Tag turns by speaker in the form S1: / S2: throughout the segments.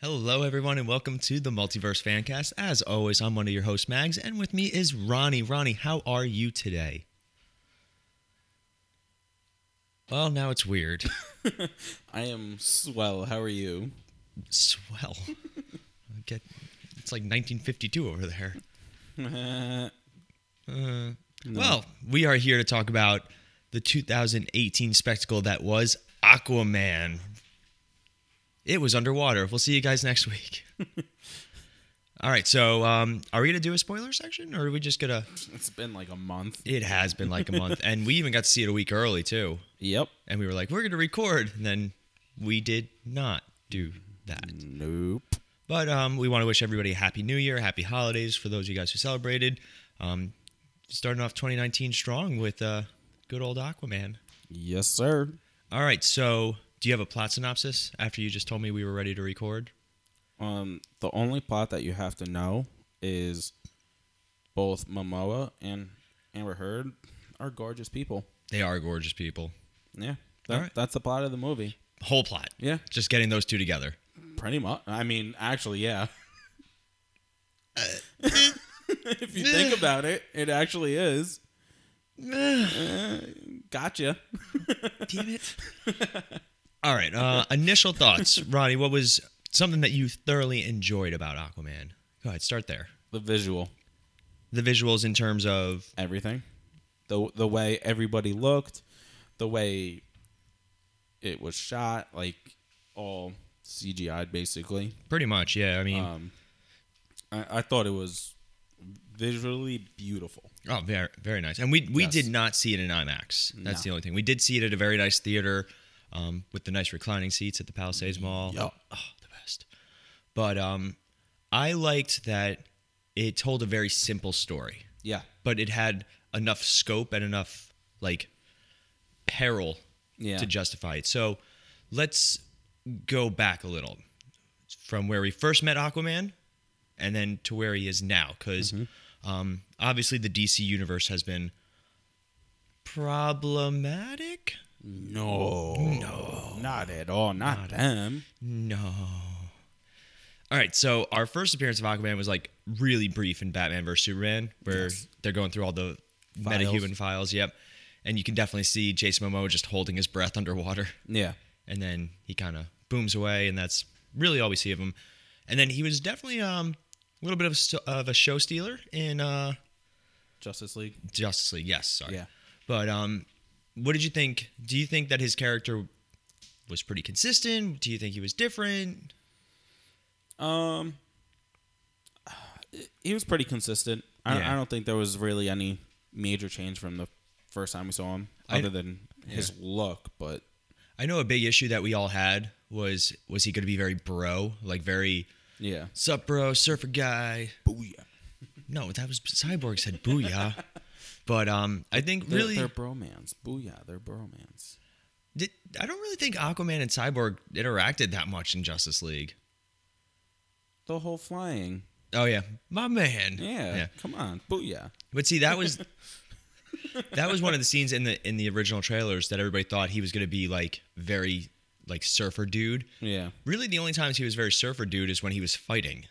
S1: Hello, everyone, and welcome to the Multiverse Fancast. As always, I'm one of your hosts, Mags, and with me is Ronnie. Ronnie, how are you today? Well, now it's weird.
S2: I am swell. How are you?
S1: Swell. I Get, it's like 1952 over there.
S2: Uh,
S1: Well, we are here to talk about the 2018 spectacle that was Aquaman. It was underwater. We'll see you guys next week. All right, so um, are we going to do a spoiler section, or are we just going to.
S2: it's been like a month.
S1: It has been like a month, and we even got to see it a week early too.
S2: Yep.
S1: And we were like, we're going to record, and then we did not do that.
S2: Nope.
S1: But um, we want to wish everybody a happy New Year, happy holidays for those of you guys who celebrated. Um, starting off 2019 strong with uh, good old Aquaman.
S2: Yes, sir.
S1: All right, so do you have a plot synopsis after you just told me we were ready to record?
S2: Um, the only plot that you have to know is both Momoa and Amber Heard are gorgeous people.
S1: They are gorgeous people.
S2: Yeah.
S1: All
S2: That,
S1: right.
S2: That's the plot of the movie.
S1: Whole plot.
S2: Yeah.
S1: Just getting those two together.
S2: Pretty much. I mean, actually, yeah. if you think about it, it actually is.
S1: Damn
S2: Uh, gotcha.
S1: it. All right, uh, initial thoughts. Ronnie, what was something that you thoroughly enjoyed about Aquaman? Go ahead, start there.
S2: The visual.
S1: The visuals in terms of
S2: everything. The the way everybody looked, the way it was shot, like all CGI basically.
S1: pretty much, yeah. I mean,
S2: Um I, I thought it was visually beautiful.
S1: Oh, very very nice. And we we
S2: Yes.
S1: did not see it in IMAX. That's
S2: No.
S1: the only thing. We did see it at a very nice theater um, with the nice reclining seats at the Palisades Mall.
S2: Mm-hmm. Yup.
S1: Oh, the best. But um, I liked that it told a very simple story,
S2: Yeah.
S1: but it had enough scope and enough like peril
S2: Yeah.
S1: to justify it. So let's go back a little from where we first met Aquaman and then to where he is now. Because um, obviously the DC universe has been problematic.
S2: no. No. Not at all. Not, them.
S1: No. All right, so our first appearance of Aquaman was like really brief in Batman vs Superman, where they're going through all the
S2: Files.
S1: metahuman files. Yep, and you can definitely see Jason Momoa just holding his breath underwater.
S2: Yeah.
S1: and then he kind of booms away, and that's really all we see of him. And then he was definitely um, a little bit of a, st- of a show stealer in uh,
S2: Justice League.
S1: Justice League. Yes, sorry.
S2: Yeah.
S1: But um, what did you think? Do you think that his character was pretty consistent? Do you think he was different?
S2: Um, he was pretty consistent. I,
S1: Yeah.
S2: I don't think there was really any major change from the first time we saw him,
S1: I-
S2: other than his look. But
S1: I know a big issue that we all had was was he going to be very bro, like very
S2: yeah,
S1: sup bro, surfer guy.
S2: booyah!
S1: No, that was Cyborg said booyah. But um, I think
S2: They're,
S1: really
S2: they're bromance. Booyah! They're bromance.
S1: Did, I don't really think Aquaman and Cyborg interacted that much in Justice League.
S2: The whole flying.
S1: Oh yeah, my man.
S2: Yeah, come on, booyah!
S1: But see, that was that was one of the scenes in the in the original trailers that everybody thought he was going to be like very like surfer dude.
S2: Yeah,
S1: Really, the only times he was very surfer dude is when he was fighting.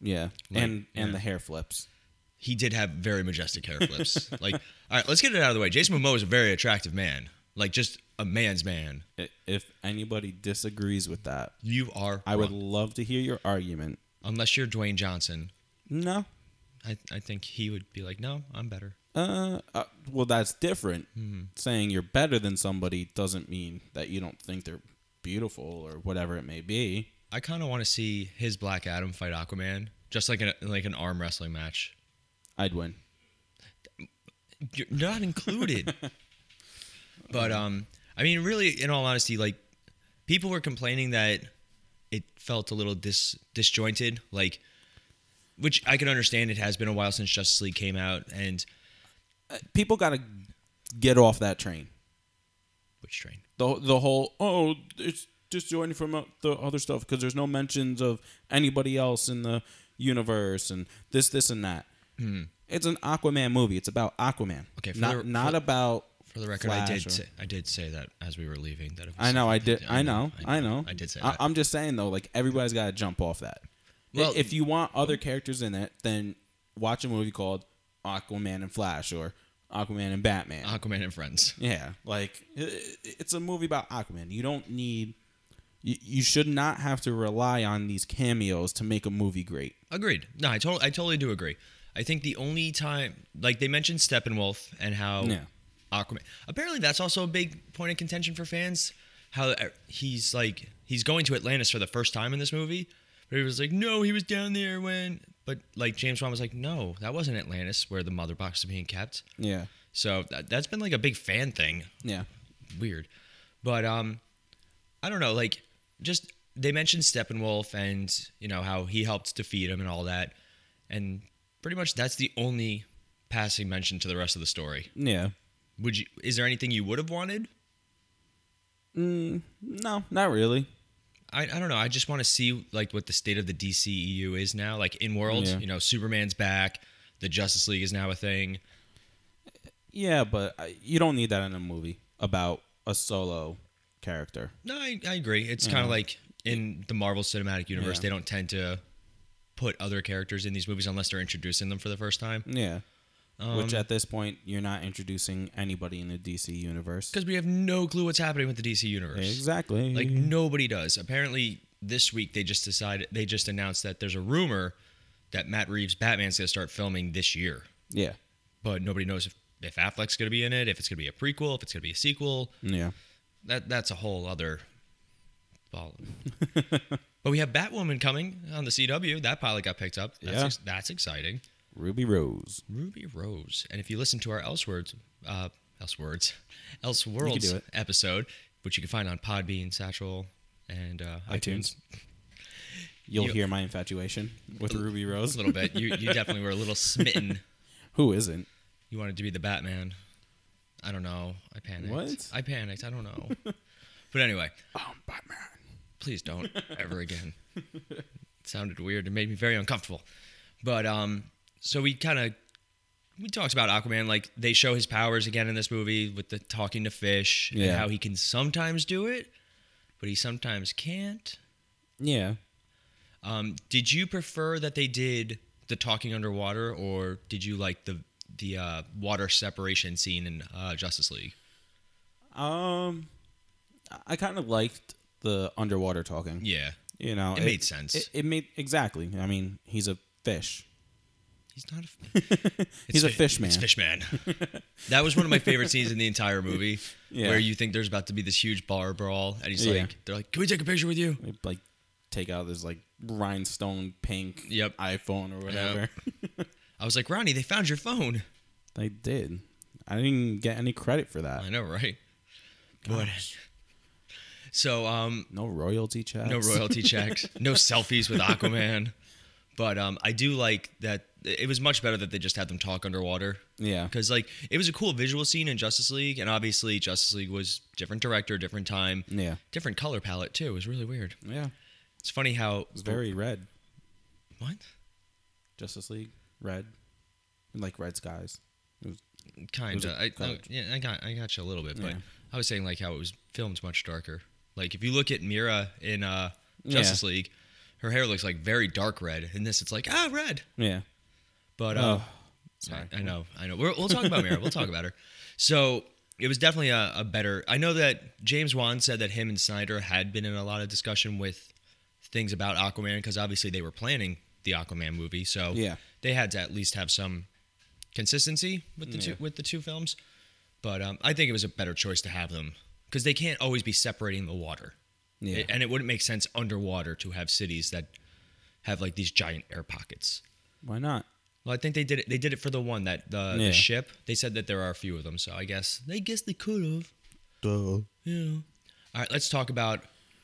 S2: yeah,
S1: Like,
S2: and
S1: yeah.
S2: and the hair flips.
S1: He did have very majestic hair flips. like, all right, let's get it out of the way. Jason Momoa is a very attractive man. Like, just a man's man.
S2: I- If anybody disagrees with that,
S1: You are.
S2: I would
S1: wrong.
S2: love to hear your argument.
S1: unless you're Dwayne Johnson.
S2: No,
S1: I I think he would be like, no, I'm better.
S2: Uh, uh, well, that's different.
S1: Mm-hmm.
S2: Saying you're better than somebody doesn't mean that you don't think they're beautiful or whatever it may be.
S1: I kind of want to see his Black Adam fight Aquaman, just like an like an arm wrestling match.
S2: I'd win.
S1: You're not included. but um, I mean, really, in all honesty, like people were complaining that it felt a little dis disjointed, like which I can understand. It has been a while since Justice League came out, and
S2: Uh, People gotta get off that train.
S1: which train?
S2: The the whole oh it's disjointed from uh, the other stuff because there's no mentions of anybody else in the universe and this this and that. It's an Aquaman movie. It's about Aquaman.
S1: Hmm. Okay, for
S2: not
S1: the-
S2: not about
S1: For the record, I
S2: Flash
S1: did
S2: or-
S1: say, I did say that as we were leaving that. It was
S2: I know, I did. I know, I know.
S1: I did say
S2: I,
S1: that.
S2: I'm just saying though, like everybody's got to jump off that. Well,
S1: Well-
S2: if you want other characters in it, then watch a movie called Aquaman and Flash or Aquaman and Batman.
S1: Aquaman and Friends.
S2: yeah, like i- i- it's a movie about Aquaman. You don't need. You, you should not have to rely on these cameos to make a movie great.
S1: Agreed. No, I totally, I totally do agree. I think the only time, like they mentioned Steppenwolf and how
S2: Yeah.
S1: Aquaman. Apparently, that's also a big point of contention for fans. How uh, he's like he's going to Atlantis for the first time in this movie, but he was like, no, he was down there when. But like James Wan was like, no, that wasn't Atlantis where the mother box is being kept.
S2: Yeah,
S1: So that, that's been like a big fan thing
S2: yeah,
S1: weird. But um I don't know, like just they mentioned Steppenwolf and you know how he helped defeat him and all that. And pretty much that's the only passing mention to the rest of the story.
S2: yeah.
S1: Would you is there anything you would have wanted?
S2: No, not really.
S1: I, I don't know. I just want to see like what the state of the DCEU is now. Like in world,
S2: Yeah.
S1: you know, Superman's back, the Justice League is now a thing.
S2: Yeah, but I, you don't need that in a movie about a solo character.
S1: No, I, I agree. It's kind of like in the Marvel Cinematic Universe,
S2: Uh-huh. Yeah.
S1: they don't tend to put other characters in these movies unless they're introducing them for the first time.
S2: Yeah. Um, Which
S1: Um,
S2: at this point you're not introducing anybody in the DC universe.
S1: Because we have no clue what's happening with the DC universe.
S2: Exactly.
S1: Like nobody does. Apparently, this week they just decided they just announced that there's a rumor that Matt Reeves' Batman's gonna start filming this year,
S2: yeah.
S1: but nobody knows if, if Affleck's gonna be in it, if it's gonna be a prequel, if it's gonna be a sequel.
S2: Yeah.
S1: That that's a whole other. Ball. but we have Batwoman coming on the CW. That pilot got picked up. That's,
S2: Yeah.
S1: ex- that's exciting.
S2: Ruby Rose.
S1: Ruby Rose. And if you listen to our Elseworlds, uh, Elseworlds,
S2: do
S1: Elseworlds
S2: it.
S1: episode, which you can find on Podbean, Satchel, and uh,
S2: iTunes.
S1: iTunes,
S2: You'll
S1: You-
S2: hear my infatuation with Ruby Rose.
S1: a little bit, you, you definitely were a little smitten.
S2: Who isn't?
S1: You wanted to be the Batman. I don't know. I panicked.
S2: What?
S1: I panicked. I don't know. but anyway,
S2: Oh, Batman.
S1: please don't ever again. It sounded weird. It made me very uncomfortable. But um, so we kind of we talked about Aquaman. Like they show his powers again in this movie with the talking to fish and
S2: Yeah.
S1: how he can sometimes do it, but he sometimes can't.
S2: Yeah.
S1: Um, did you prefer that they did the talking underwater, or did you like the the uh, water separation scene in uh, Justice League?
S2: Um I- I kind of liked the underwater talking.
S1: Yeah,
S2: You know,
S1: It made sense.
S2: It, it made exactly. I mean, he's a fish.
S1: he's not. A,
S2: He's a
S1: fi-
S2: fish man.
S1: It's fish man. that was one of my favorite scenes in the entire movie,
S2: Yeah.
S1: where you think there's about to be this huge bar brawl, and he's
S2: Yeah.
S1: like, "They're like, can we take a picture with you?"
S2: They, like take out this like rhinestone pink
S1: Yep.
S2: iPhone or whatever.
S1: I was like, "Ronnie, they found your phone."
S2: They did. I didn't get any credit for that.
S1: I know, right? But so, um,
S2: No royalty checks.
S1: no royalty checks, no selfies with Aquaman, but um, I do like that. It was much better that they just had them talk underwater.
S2: Yeah.
S1: Because like it was a cool visual scene in Justice League, and obviously Justice League was different director, different time,
S2: Yeah.
S1: different color palette too. It was really weird.
S2: Yeah.
S1: It's funny how
S2: It's very red.
S1: what
S2: Justice League, red, and like red skies. It was,
S1: kind
S2: a
S1: of. I no,
S2: color.
S1: yeah, I got I got you a little bit, but
S2: Yeah.
S1: I was saying like how it was filmed much darker. Like if you look at Mira in uh, Justice League, her hair looks like very dark red. In this, it's like ah red.
S2: yeah.
S1: But uh,
S2: Oh, sorry.
S1: I, I know, I know. We're, we'll talk about Mira. We'll talk about her. So it was definitely a, a better. I know that James Wan said that him and Snyder had been in a lot of discussion with things about Aquaman because obviously they were planning the Aquaman movie, so
S2: Yeah.
S1: they had to at least have some consistency with the two with the two films. But um, I think it was a better choice to have them because they can't always be separating the water,
S2: Yeah.
S1: and it wouldn't make sense underwater to have cities that have like these giant air pockets.
S2: Why not?
S1: Well, I think they did it. They did it for the one that the,
S2: Yeah.
S1: the ship. They said that there are a few of them, so I guess they guess they could have.
S2: Duh.
S1: Yeah. All right, let's talk about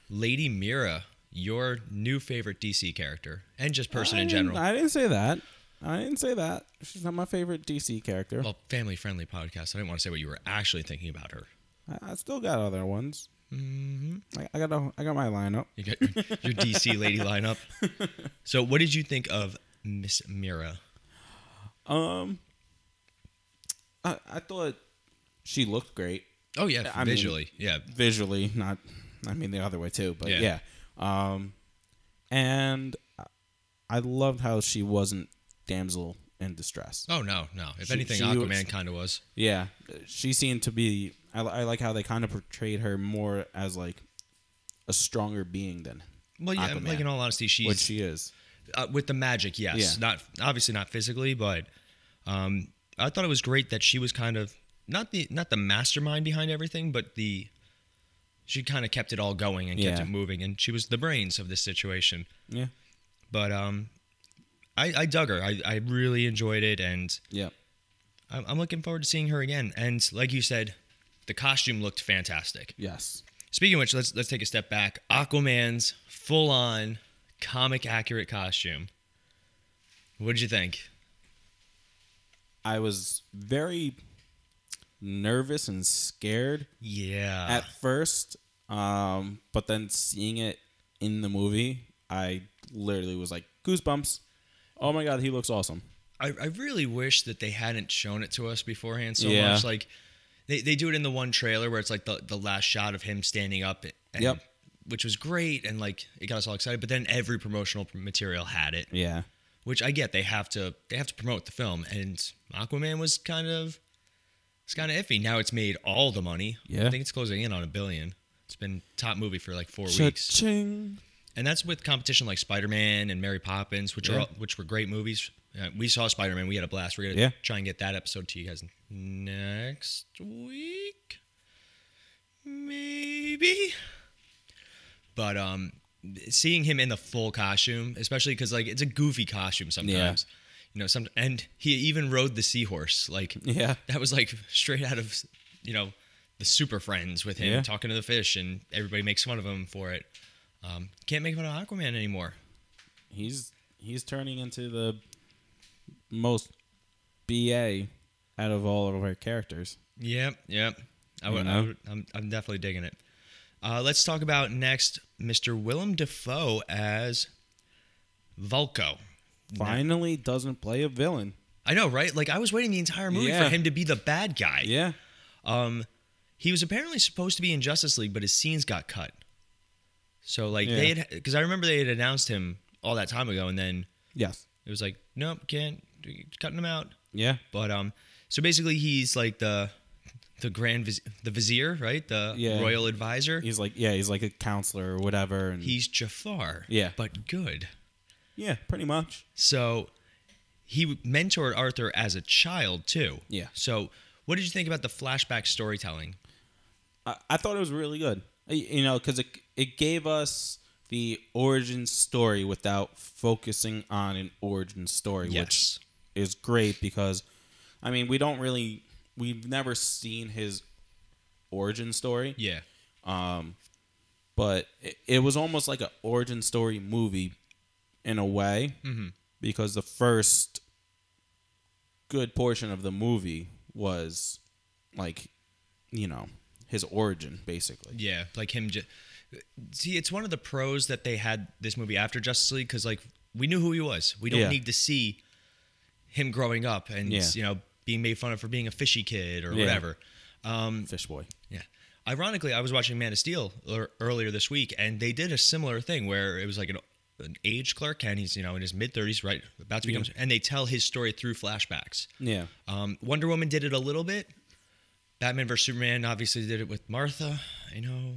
S1: Lady Mira, your new favorite DC character and just person in general.
S2: I didn't say that. I didn't say that. She's not my favorite DC character.
S1: well, family friendly podcast. I didn't want to say what you were actually thinking about her.
S2: I, I still got other ones. Mm-hmm. I, I got a, I got my lineup.
S1: You got your, your DC lady lineup. So, what did you think of Miss Mira?
S2: Um, I, I thought she looked great
S1: Oh yeah,
S2: I mean-
S1: visually, yeah,
S2: visually, not I mean the other way too, but yeah.
S1: Yeah.
S2: Um and I- I loved how she wasn't damsel in distress.
S1: Oh no, no. If
S2: She-
S1: anything,
S2: she
S1: Aquaman
S2: was-
S1: kind of was.
S2: Yeah, she seemed to be I, li- I like how they kind of portrayed her more as like a stronger being than
S1: Well, yeah.
S2: Aquaman.
S1: Like in all honesty,
S2: what
S1: she's
S2: she is.
S1: uh, with the magic. Yes,
S2: Yeah.
S1: not obviously not physically, but um, I thought it was great that she was kind of not the not the mastermind behind everything, but the she kind of kept it all going and kept
S2: Yeah.
S1: it moving, and she was the brains of this situation.
S2: Yeah.
S1: But um, I, I dug her. I, I really enjoyed it, and
S2: Yeah.
S1: I'm, I'm looking forward to seeing her again. And like you said, the costume looked fantastic.
S2: Yes.
S1: Speaking of which, let's let's take a step back. Aquaman's full on comic accurate costume. What did you think?
S2: I was very nervous and scared
S1: Yeah.
S2: at first, um, but then seeing it in the movie, I literally was like goosebumps. Oh my god, he looks awesome.
S1: I, I really wish that they hadn't shown it to us beforehand so
S2: Yeah.
S1: much. Like they, they do it in the one trailer where it's like the, the last shot of him standing up and,
S2: Yep.
S1: which was great and like it got us all excited, but then every promotional material had it.
S2: Yeah,
S1: Which I get they have to they have to promote the film and Aquaman was kind of it's kind of iffy. Now it's made all the money.
S2: Yeah.
S1: I think it's closing in on a billion. It's been top movie for like four weeks.
S2: Cha-ching.
S1: and that's with competition like Spider Man and Mary Poppins, which
S2: Yeah.
S1: are which were great movies. Uh, we saw Spider Man, we had a blast. We're gonna
S2: Yeah.
S1: try and get that episode to you guys next week, maybe. But um, seeing him in the full costume, especially because like it's a goofy costume sometimes, you know. Some and he even rode the seahorse. Like
S2: Yeah,
S1: that was like straight out of you know the super friends with him
S2: Yeah.
S1: talking to the fish and everybody makes fun of him for it um, can't make fun of aquaman anymore
S2: he's he's turning into the most ba out of all of our characters.
S1: yep yep I would, I
S2: Yeah.
S1: would, I'm, I'm definitely digging it uh, let's talk about next mr willem dafoe as volko
S2: Finally, doesn't play a villain.
S1: i know right like i was waiting the entire movie
S2: Yeah.
S1: for him to be the bad guy
S2: Yeah,
S1: Um, he was apparently supposed to be in Justice League, but his scenes got cut. So like
S2: Yeah.
S1: they had, because I remember they had announced him all that time ago, and then
S2: yes,
S1: it was like, nope, can't cutting him out.
S2: yeah,
S1: But um, so basically he's like the the grand viz- the vizier, right? The
S2: Yeah.
S1: royal advisor.
S2: he's like yeah, he's like a counselor or whatever, and
S1: He's Jafar.
S2: Yeah.
S1: but good.
S2: yeah, pretty much.
S1: So he mentored Arthur as a child too.
S2: Yeah.
S1: So what did you think about the flashback storytelling?
S2: I, I thought it was really good. Uh, Y- You know, because it it gave us the origin story without focusing on an origin story,
S1: Yes.
S2: which is great because, I mean, we don't really we've never seen his origin story,
S1: Yeah.
S2: but it, it was almost like an origin story movie in a way because the first good portion of the movie was like, you know, his origin basically.
S1: Yeah, like him. Ju- see, it's one of the pros that they had this movie after Justice League because like we knew who he was. We don't
S2: Yeah.
S1: need to see him growing up and
S2: Yeah.
S1: you know being made fun of for being a fishy kid or
S2: Yeah.
S1: whatever.
S2: Mm. Fish boy.
S1: Yeah. Ironically, I was watching Man of Steel ear- earlier this week, and they did a similar thing where it was like an, an age clerk, and he's you know in his mid thirties, right, about to become, and they tell his story through flashbacks.
S2: Yeah.
S1: Um, Wonder Woman did it a little bit. Batman vs Superman obviously did it with Martha. I know,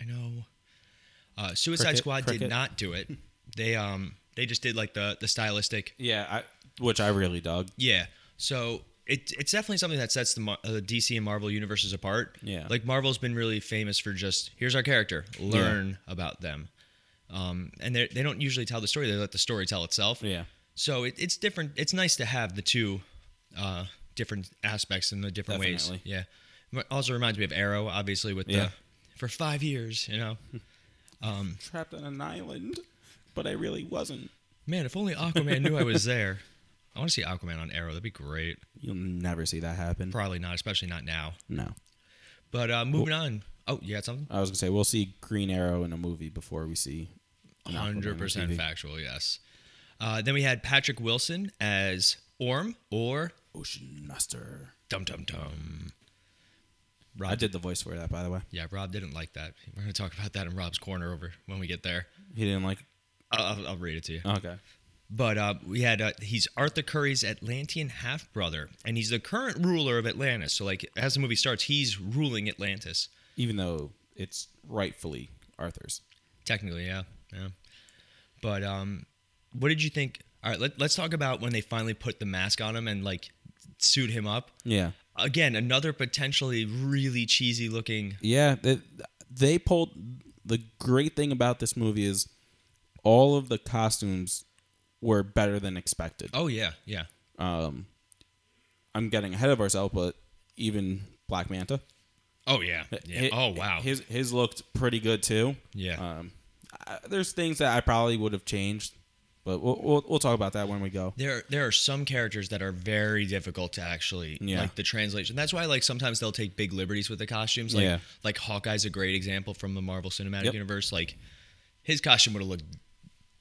S1: I know. Uh, Suicide
S2: Cricket,
S1: Squad
S2: cricket.
S1: did not do it. They um they just did like the the stylistic.
S2: Yeah, I, which I really dug.
S1: Yeah. So it it's definitely something that sets the Mar- uh, DC and Marvel universes apart.
S2: Yeah.
S1: Like Marvel's been really famous for just here's our character, learn about them. Um, and they they don't usually tell the story; they let the story tell itself.
S2: Yeah.
S1: So it, it's different. It's nice to have the two uh, different aspects and the different ways.
S2: Definitely.
S1: Yeah. M- Also reminds me of Arrow, obviously, with
S2: Yeah.
S1: the for five years. You know,
S2: Trapped on an island, but I really wasn't.
S1: man, if only Aquaman knew I was there. I want to see Aquaman on Arrow. That'd be great.
S2: You'll never see that happen.
S1: Probably not, especially not now.
S2: No.
S1: But uh, moving on. Oh, you got something?
S2: I was going to say, we'll see Green Arrow in a movie before we see. an Aquaman on
S1: Hundred percent
S2: TV.
S1: factual. Yes. Uh, then we had Patrick Wilson as Orm or
S2: Ocean Master.
S1: Dum Dum Dum, Rob,
S2: I did the voice for that, by the way.
S1: Yeah, Rob didn't like that. We're gonna talk about that in Rob's corner over when we get there.
S2: He didn't like.
S1: I'll, I'll- I'll read it to you.
S2: Okay.
S1: But uh, we had uh, he's Arthur Curry's Atlantean half brother, and he's the current ruler of Atlantis. So like as the movie starts, he's ruling Atlantis.
S2: Even though it's rightfully Arthur's.
S1: Technically, yeah, yeah. But um, what did you think? All right, let, let's talk about when they finally put the mask on him and like suit him up.
S2: Yeah.
S1: Again, another potentially really cheesy looking.
S2: Yeah, they, they pulled the great thing about this movie is all of the costumes were better than expected.
S1: Oh yeah, yeah,
S2: Um, I'm getting ahead of ourselves, but even Black Manta.
S1: oh yeah, yeah.
S2: Hi-
S1: oh wow,
S2: his his looked pretty good too.
S1: Yeah.
S2: Um, I, there's things that I probably would have changed, but we'll, we'll we'll talk about that when we go.
S1: there there are some characters that are very difficult to actually
S2: Yeah.
S1: like the translation. That's why like sometimes they'll take big liberties with the costumes. Like
S2: Yeah.
S1: like Hawkeye's a great example from the Marvel Cinematic
S2: Yep.
S1: Universe. Like his costume would have looked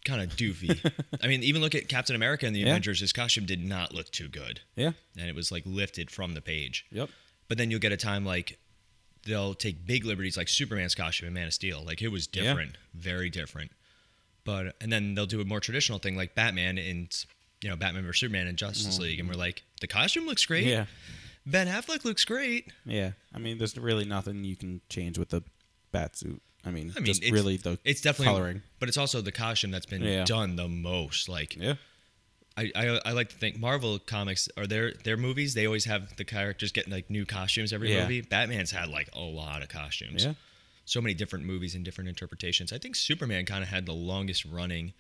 S1: kind of doofy. I mean, even look at Captain America and the
S2: Yeah.
S1: Avengers. His costume did not look too good,
S2: Yeah.
S1: and it was like lifted from the page.
S2: Yep.
S1: But then you'll get a time like they'll take big liberties, like Superman's costume in Man of Steel. Like it was
S2: Yeah.
S1: different, very different. But and then they'll do a more traditional thing like Batman and you know Batman vs Superman and Justice League, and we're like, the costume looks great.
S2: Mm-hmm. Yeah.
S1: Ben Affleck looks great.
S2: Yeah. I mean, there's really nothing you can change with the bat suit. I mean,
S1: I mean,
S2: just
S1: it's,
S2: really the
S1: it's definitely
S2: coloring.
S1: but it's also the costume that's been
S2: Yeah.
S1: done the most. Like
S2: Yeah.
S1: I, I I like to think Marvel comics or their their movies they always have the characters getting like new costumes every
S2: Yeah.
S1: movie. Batman's had like a lot of costumes.
S2: Yeah.
S1: So many different movies and different interpretations. I think Superman kind of had the longest running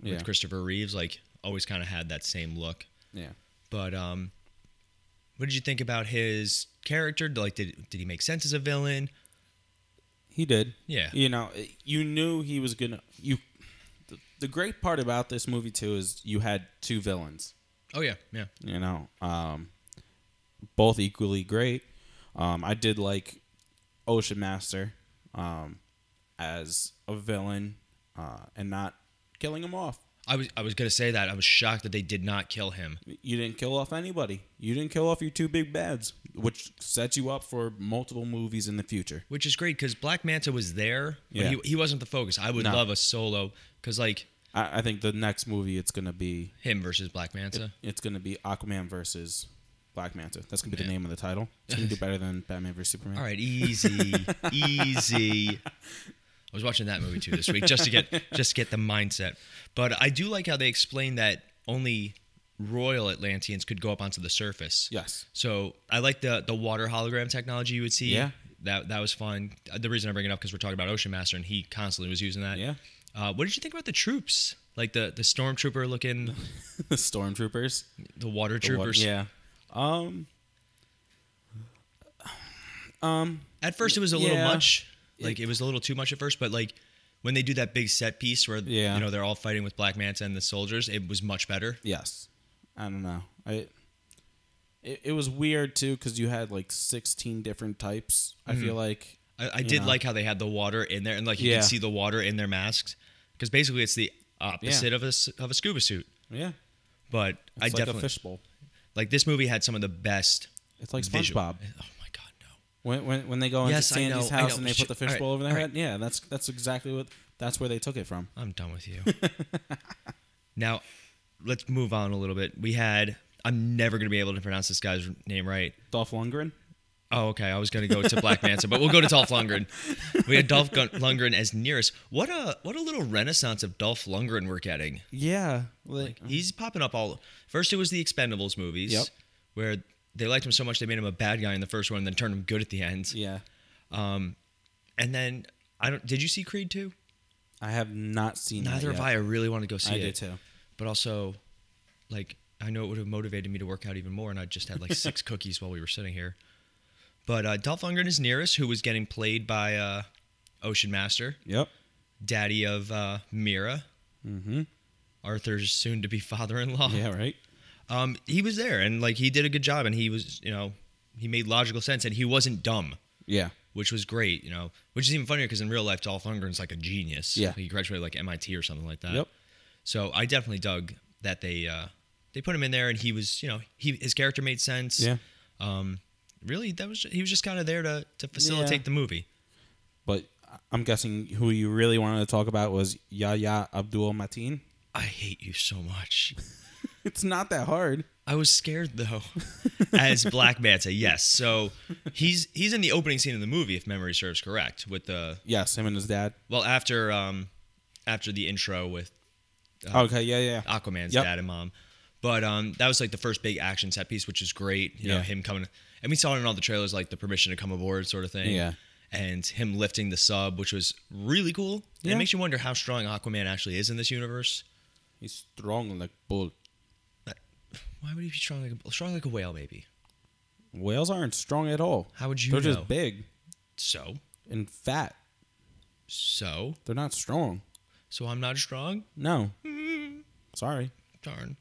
S1: with
S2: Yeah.
S1: Christopher Reeves like always kind of had that same look.
S2: Yeah.
S1: But um what did you think about his character? Like did did he make sense as a villain?
S2: He did.
S1: Yeah.
S2: You know, eh, you knew he was gonna. You. The, the great part about this movie too is you had two villains.
S1: Oh yeah, yeah.
S2: You know, um, both equally great. Um, I did like Ocean Master um, as a villain uh, and not killing him off.
S1: I was I was going to say that. I was shocked that they did not kill him.
S2: You didn't kill off anybody. You didn't kill off your two big bads, which sets you up for multiple movies in the future.
S1: which is great because Black Manta was there, but
S2: Yeah.
S1: he, he wasn't the focus. I would
S2: No.
S1: love a solo because like
S2: I, I think the next movie it's gonna be
S1: him versus Black Manta.
S2: It's going to be Aquaman versus Black Manta. That's going to be
S1: Yeah.
S2: the name of the title. It's going to do better than Batman versus Superman.
S1: All right, easy, easy. I was watching that movie too this week just to get just to get the mindset. But I do like how they explain that only royal Atlanteans could go up onto the surface.
S2: Yes.
S1: So I like the the water hologram technology you would see.
S2: Yeah.
S1: That that was fun. Uh, The reason I bring it up because we're talking about Ocean Master and he constantly was using that.
S2: Yeah.
S1: Uh, what did you think about the troops? Like the the stormtrooper looking
S2: The Stormtroopers.
S1: The water
S2: The wa-
S1: troopers.
S2: Yeah. Um.
S1: At first, it was a little
S2: Yeah.
S1: much. Like it was a little too much at first, but like when they do that big set piece where
S2: Yeah.
S1: you know they're all fighting with Black Manta and the soldiers, it was much better.
S2: Yes. I don't know. I. It, it was weird too because you had like sixteen different types. I
S1: Mm-hmm.
S2: feel like.
S1: I, I did
S2: Yeah.
S1: like how they had the water in there and like you
S2: Yeah.
S1: could see the water in their masks because basically it's the opposite of a s- of a scuba suit.
S2: Yeah. It's
S1: But I
S2: like
S1: definitely
S2: a fishbowl.
S1: like this movie had some of the best
S2: It's like
S1: visual-
S2: SpongeBob.
S1: Oh my god, no!
S2: When, when, when they go into
S1: Yes, I
S2: Sandy's
S1: know, I
S2: house
S1: know.
S2: and they
S1: Sh-
S2: put the
S1: all right,
S2: fishbowl over their
S1: all right.
S2: head, yeah, that's that's exactly what that's where they took it from.
S1: I'm done with you. now, let's move on a little bit. We had I'm never gonna be able to pronounce this guy's name right.
S2: Dolph Lundgren.
S1: Oh, okay. I was going to go to Black Manta, but we'll go to Dolph Lundgren. We had Dolph Gun- Lundgren as nearest. What a what a little renaissance of Dolph Lundgren we're getting.
S2: Yeah, like
S1: He's popping up all. First, it was the Expendables movies,
S2: Yep.
S1: where they liked him so much they made him a bad guy in the first one, and then turned him good at the end.
S2: yeah.
S1: And then I don't. Did you see Creed two?
S2: I have not seen that
S1: Neither have
S2: yet.
S1: I. I really want to go see
S2: I
S1: it.
S2: do too.
S1: But also, like, I know it would have motivated me to work out even more, and I just had like six cookies while we were sitting here. But uh, Dolph Lundgren is nearest, who was getting played by uh, Ocean Master,
S2: Yep.
S1: daddy of uh, Mira, Arthur's soon-to-be father-in-law.
S2: Mm-hmm. Yeah. Right.
S1: Um, he was there, and like he did a good job, and he was, you know, he made logical sense, and he wasn't dumb,
S2: Yeah.
S1: which was great, you know, which is even funnier because in real life, Dolph Lundgren's like a genius.
S2: Yeah.
S1: he graduated like MIT or something like that.
S2: Yep.
S1: So I definitely dug that they uh, they put him in there, and he was you know he his character made sense.
S2: Yeah.
S1: Um, really that was he was just kind of there to to facilitate
S2: Yeah.
S1: the movie.
S2: But I'm guessing who you really wanted to talk about was Yahya Abdul Mateen.
S1: I hate you so much.
S2: It's not that hard.
S1: I was scared though. As Black Manta, yes. So he's he's in the opening scene of the movie, if memory serves correct, with the
S2: Yes, him and his dad.
S1: well after um after the intro with
S2: okay, yeah, yeah.
S1: Aquaman's
S2: Yep.
S1: dad and mom. But um, that was like the first big action set piece, which is great. You know,
S2: Yeah.
S1: him coming, and we saw it in all the trailers, like the permission to come aboard sort of thing.
S2: Yeah.
S1: And him lifting the sub, which was really cool.
S2: Yeah.
S1: It makes you wonder how strong Aquaman actually is in this universe.
S2: He's strong like bull.
S1: But why would he be strong like a, strong like a whale? Maybe.
S2: Whales aren't strong at all.
S1: How would you
S2: They're
S1: know?
S2: just big
S1: So,
S2: and fat.
S1: so,
S2: They're not strong.
S1: so I'm not strong.
S2: No. Sorry.
S1: darn.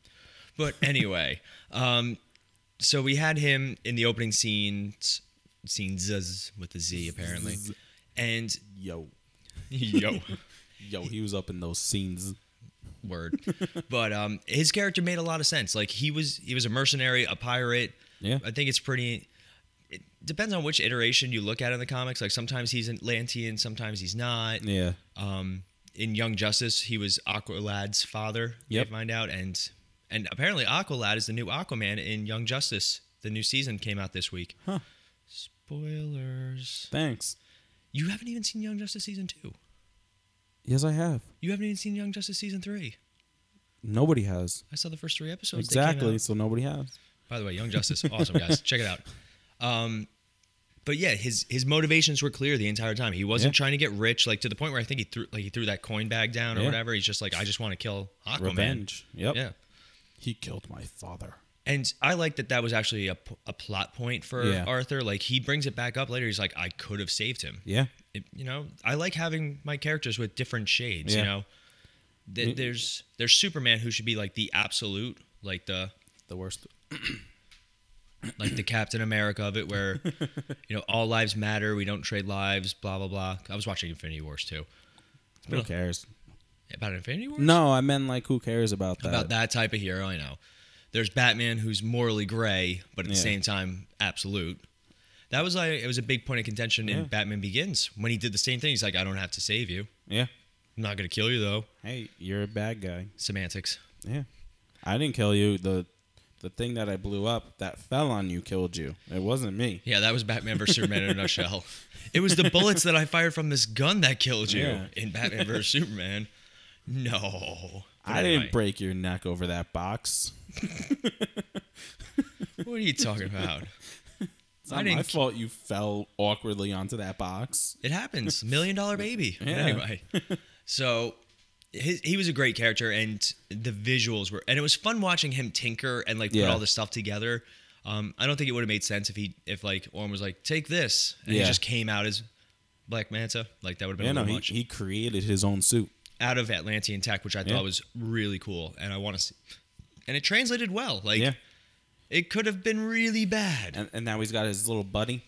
S1: But anyway, um, so we had him in the opening scene, scene zzz with the Z apparently, and
S2: Yo.
S1: yo,
S2: Yo, he was up in those scenes.
S1: word. But um, his character made a lot of sense. Like he was, he was a mercenary, a pirate.
S2: Yeah.
S1: I think it's pretty. It depends on which iteration you look at in the comics. Like sometimes he's Atlantean, sometimes he's not.
S2: Yeah.
S1: Um, in Young Justice, he was Aqualad's father.
S2: Yep.
S1: They find out, and and apparently Aqualad is the new Aquaman in Young Justice. The new season came out this week.
S2: Huh.
S1: Spoilers.
S2: Thanks.
S1: You haven't even seen Young Justice season two.
S2: Yes, I have.
S1: You haven't even seen Young Justice season three.
S2: Nobody has.
S1: I saw the first three episodes. that came
S2: Exactly.
S1: out.
S2: So nobody has.
S1: By the way, Young Justice, awesome guys. Check it out. Um, but yeah, his his motivations were clear the entire time. He wasn't
S2: Yeah.
S1: trying to get rich, like to the point where I think he threw like he threw that coin bag down or
S2: Yeah.
S1: whatever. He's just like, I just want to kill
S2: Oh,
S1: Aquaman.
S2: Revenge. Yep.
S1: Yeah.
S2: He killed my father.
S1: And I like that that was actually a, p- a plot point for
S2: Yeah.
S1: Arthur. Like he brings it back up later. He's like, I could have saved him.
S2: Yeah.
S1: It- you know, I like having my characters with different shades.
S2: Yeah. Mm-hmm.
S1: You know, Th- there's there's Superman who should be like the absolute, like the
S2: The worst.
S1: like the Captain America of it, where you know all lives matter. We don't trade lives. Blah blah blah. I was watching Infinity Wars too.
S2: Who cares?
S1: About Infinity Wars.
S2: No, I meant like who cares about that?
S1: about that type of hero. I know. There's Batman who's morally gray, but at the
S2: Yeah.
S1: same time absolute. That was like it was a big point of contention in
S2: Yeah.
S1: Batman Begins when he did the same thing. He's like, I don't have to save you.
S2: Yeah.
S1: I'm not gonna kill you though.
S2: Hey, you're a bad guy.
S1: Semantics.
S2: Yeah. I didn't kill you. The the thing that I blew up that fell on you killed you. It wasn't me.
S1: Yeah, that was Batman versus Superman in a nutshell. It was the bullets that I fired from this gun that killed you
S2: Yeah.
S1: in Batman versus Superman. No. But
S2: I
S1: anyway,
S2: didn't break your neck over that box.
S1: What are you talking about?
S2: It's not
S1: I didn't
S2: my
S1: ki-
S2: fault you fell awkwardly onto that box.
S1: It happens. Million dollar baby. But
S2: Yeah.
S1: Anyway, so his, he was a great character, and the visuals were, and it was fun watching him tinker and like
S2: Yeah.
S1: put all this stuff together. Um, I don't think it would have made sense if he, if like Orm was like, take this, and
S2: Yeah.
S1: he just came out as Black Manta. Like that would have been
S2: Yeah,
S1: a
S2: no,
S1: little
S2: he,
S1: much
S2: he created his own suit.
S1: out of Atlantean tech, which I thought
S2: Yeah.
S1: was really cool, and I want to see. And it translated well. Like
S2: Yeah.
S1: it could have been really bad.
S2: And, and now he's got his little buddy.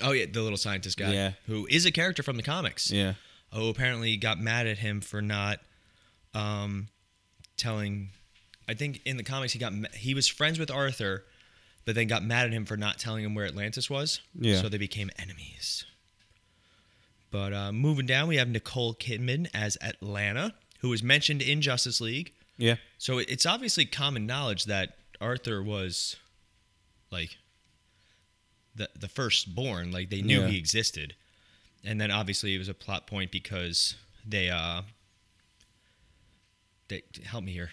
S1: oh yeah, the little scientist guy,
S2: Yeah.
S1: who is a character from the comics.
S2: Yeah.
S1: who apparently got mad at him for not um, telling. I think in the comics he got ma- he was friends with Arthur, but then got mad at him for not telling him where Atlantis was.
S2: Yeah.
S1: So they became enemies. But uh, moving down, we have Nicole Kidman as Atlanta, who was mentioned in Justice League.
S2: Yeah.
S1: So it- it's obviously common knowledge that Arthur was, like, the the firstborn. Like they knew
S2: Yeah.
S1: he existed, and then obviously it was a plot point because they uh. They, help me here.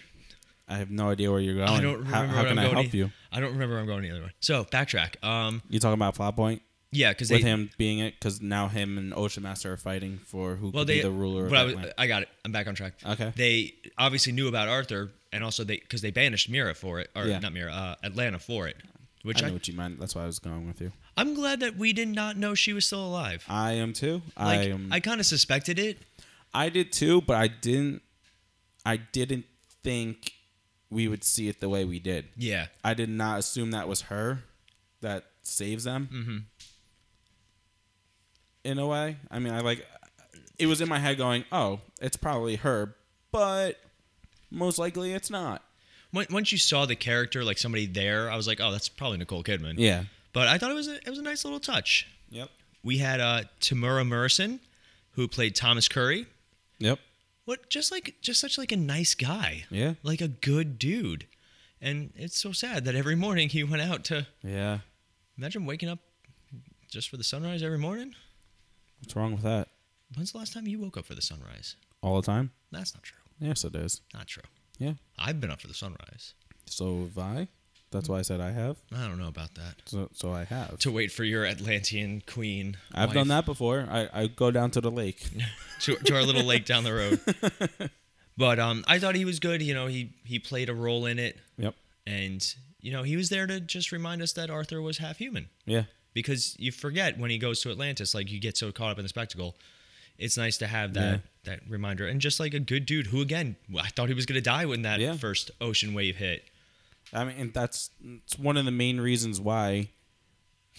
S2: I have no idea where you're going.
S1: I don't remember.
S2: how how
S1: what
S2: can
S1: I'm
S2: I
S1: going
S2: help
S1: e-
S2: you?
S1: I don't remember where I'm going either way. So backtrack. Um,
S2: You talking about plot point
S1: yeah, because
S2: with
S1: they,
S2: him being it because now him and Ocean Master are fighting for who
S1: well
S2: could
S1: they
S2: be the ruler of
S1: but I, was- uh,
S2: Atlantis.
S1: I got it. I'm back on track.
S2: Okay.
S1: They obviously knew about Arthur, and also they because they banished Mira for it, or
S2: Yeah.
S1: not Mira, uh, Atlanta for it. Which
S2: I
S1: I,
S2: know what you meant. That's why I was going with you.
S1: I'm glad that we did not know she was still alive.
S2: I am too.
S1: Like,
S2: I
S1: I,
S2: am.
S1: kind of suspected it.
S2: I did too, but I didn't. I didn't think we would see it the way we did.
S1: Yeah.
S2: I did not assume that was her that saves them. Mm-hmm. In a way, I mean, I like. It was in my head going, "Oh, it's probably her," but most likely it's not.
S1: When, once you saw the character, like somebody there, I was like, oh, that's probably Nicole Kidman.
S2: Yeah,
S1: But I thought it was a, it was a nice little touch.
S2: Yep.
S1: We had uh, Tamura Morrison, who played Thomas Curry.
S2: Yep.
S1: What just like just such like a nice guy.
S2: Yeah.
S1: Like a good dude. And it's so sad that every morning he went out to
S2: Yeah.
S1: imagine waking up just for the sunrise every morning.
S2: What's wrong with that?
S1: When's the last time you woke up for the sunrise?
S2: All the time?
S1: That's not true.
S2: Yes, it is.
S1: Not true.
S2: Yeah.
S1: I've been up for the sunrise.
S2: So have I. That's why I said I have.
S1: I don't know about that.
S2: So, so I have.
S1: To wait for your Atlantean queen.
S2: I've
S1: wife
S2: done that before. I, I go down to the lake.
S1: to, to our little lake down the road. But um, I thought he was good. You know, he he played a role in it,
S2: Yep.
S1: and you know he was there to just remind us that Arthur was half human.
S2: Yeah.
S1: Because you forget when he goes to Atlantis, like you get so caught up in the spectacle. It's nice to have that that reminder, and just like a good dude who, again, I thought he was gonna die when that
S2: Yeah.
S1: first ocean wave hit.
S2: I mean, and that's it's one of the main reasons why,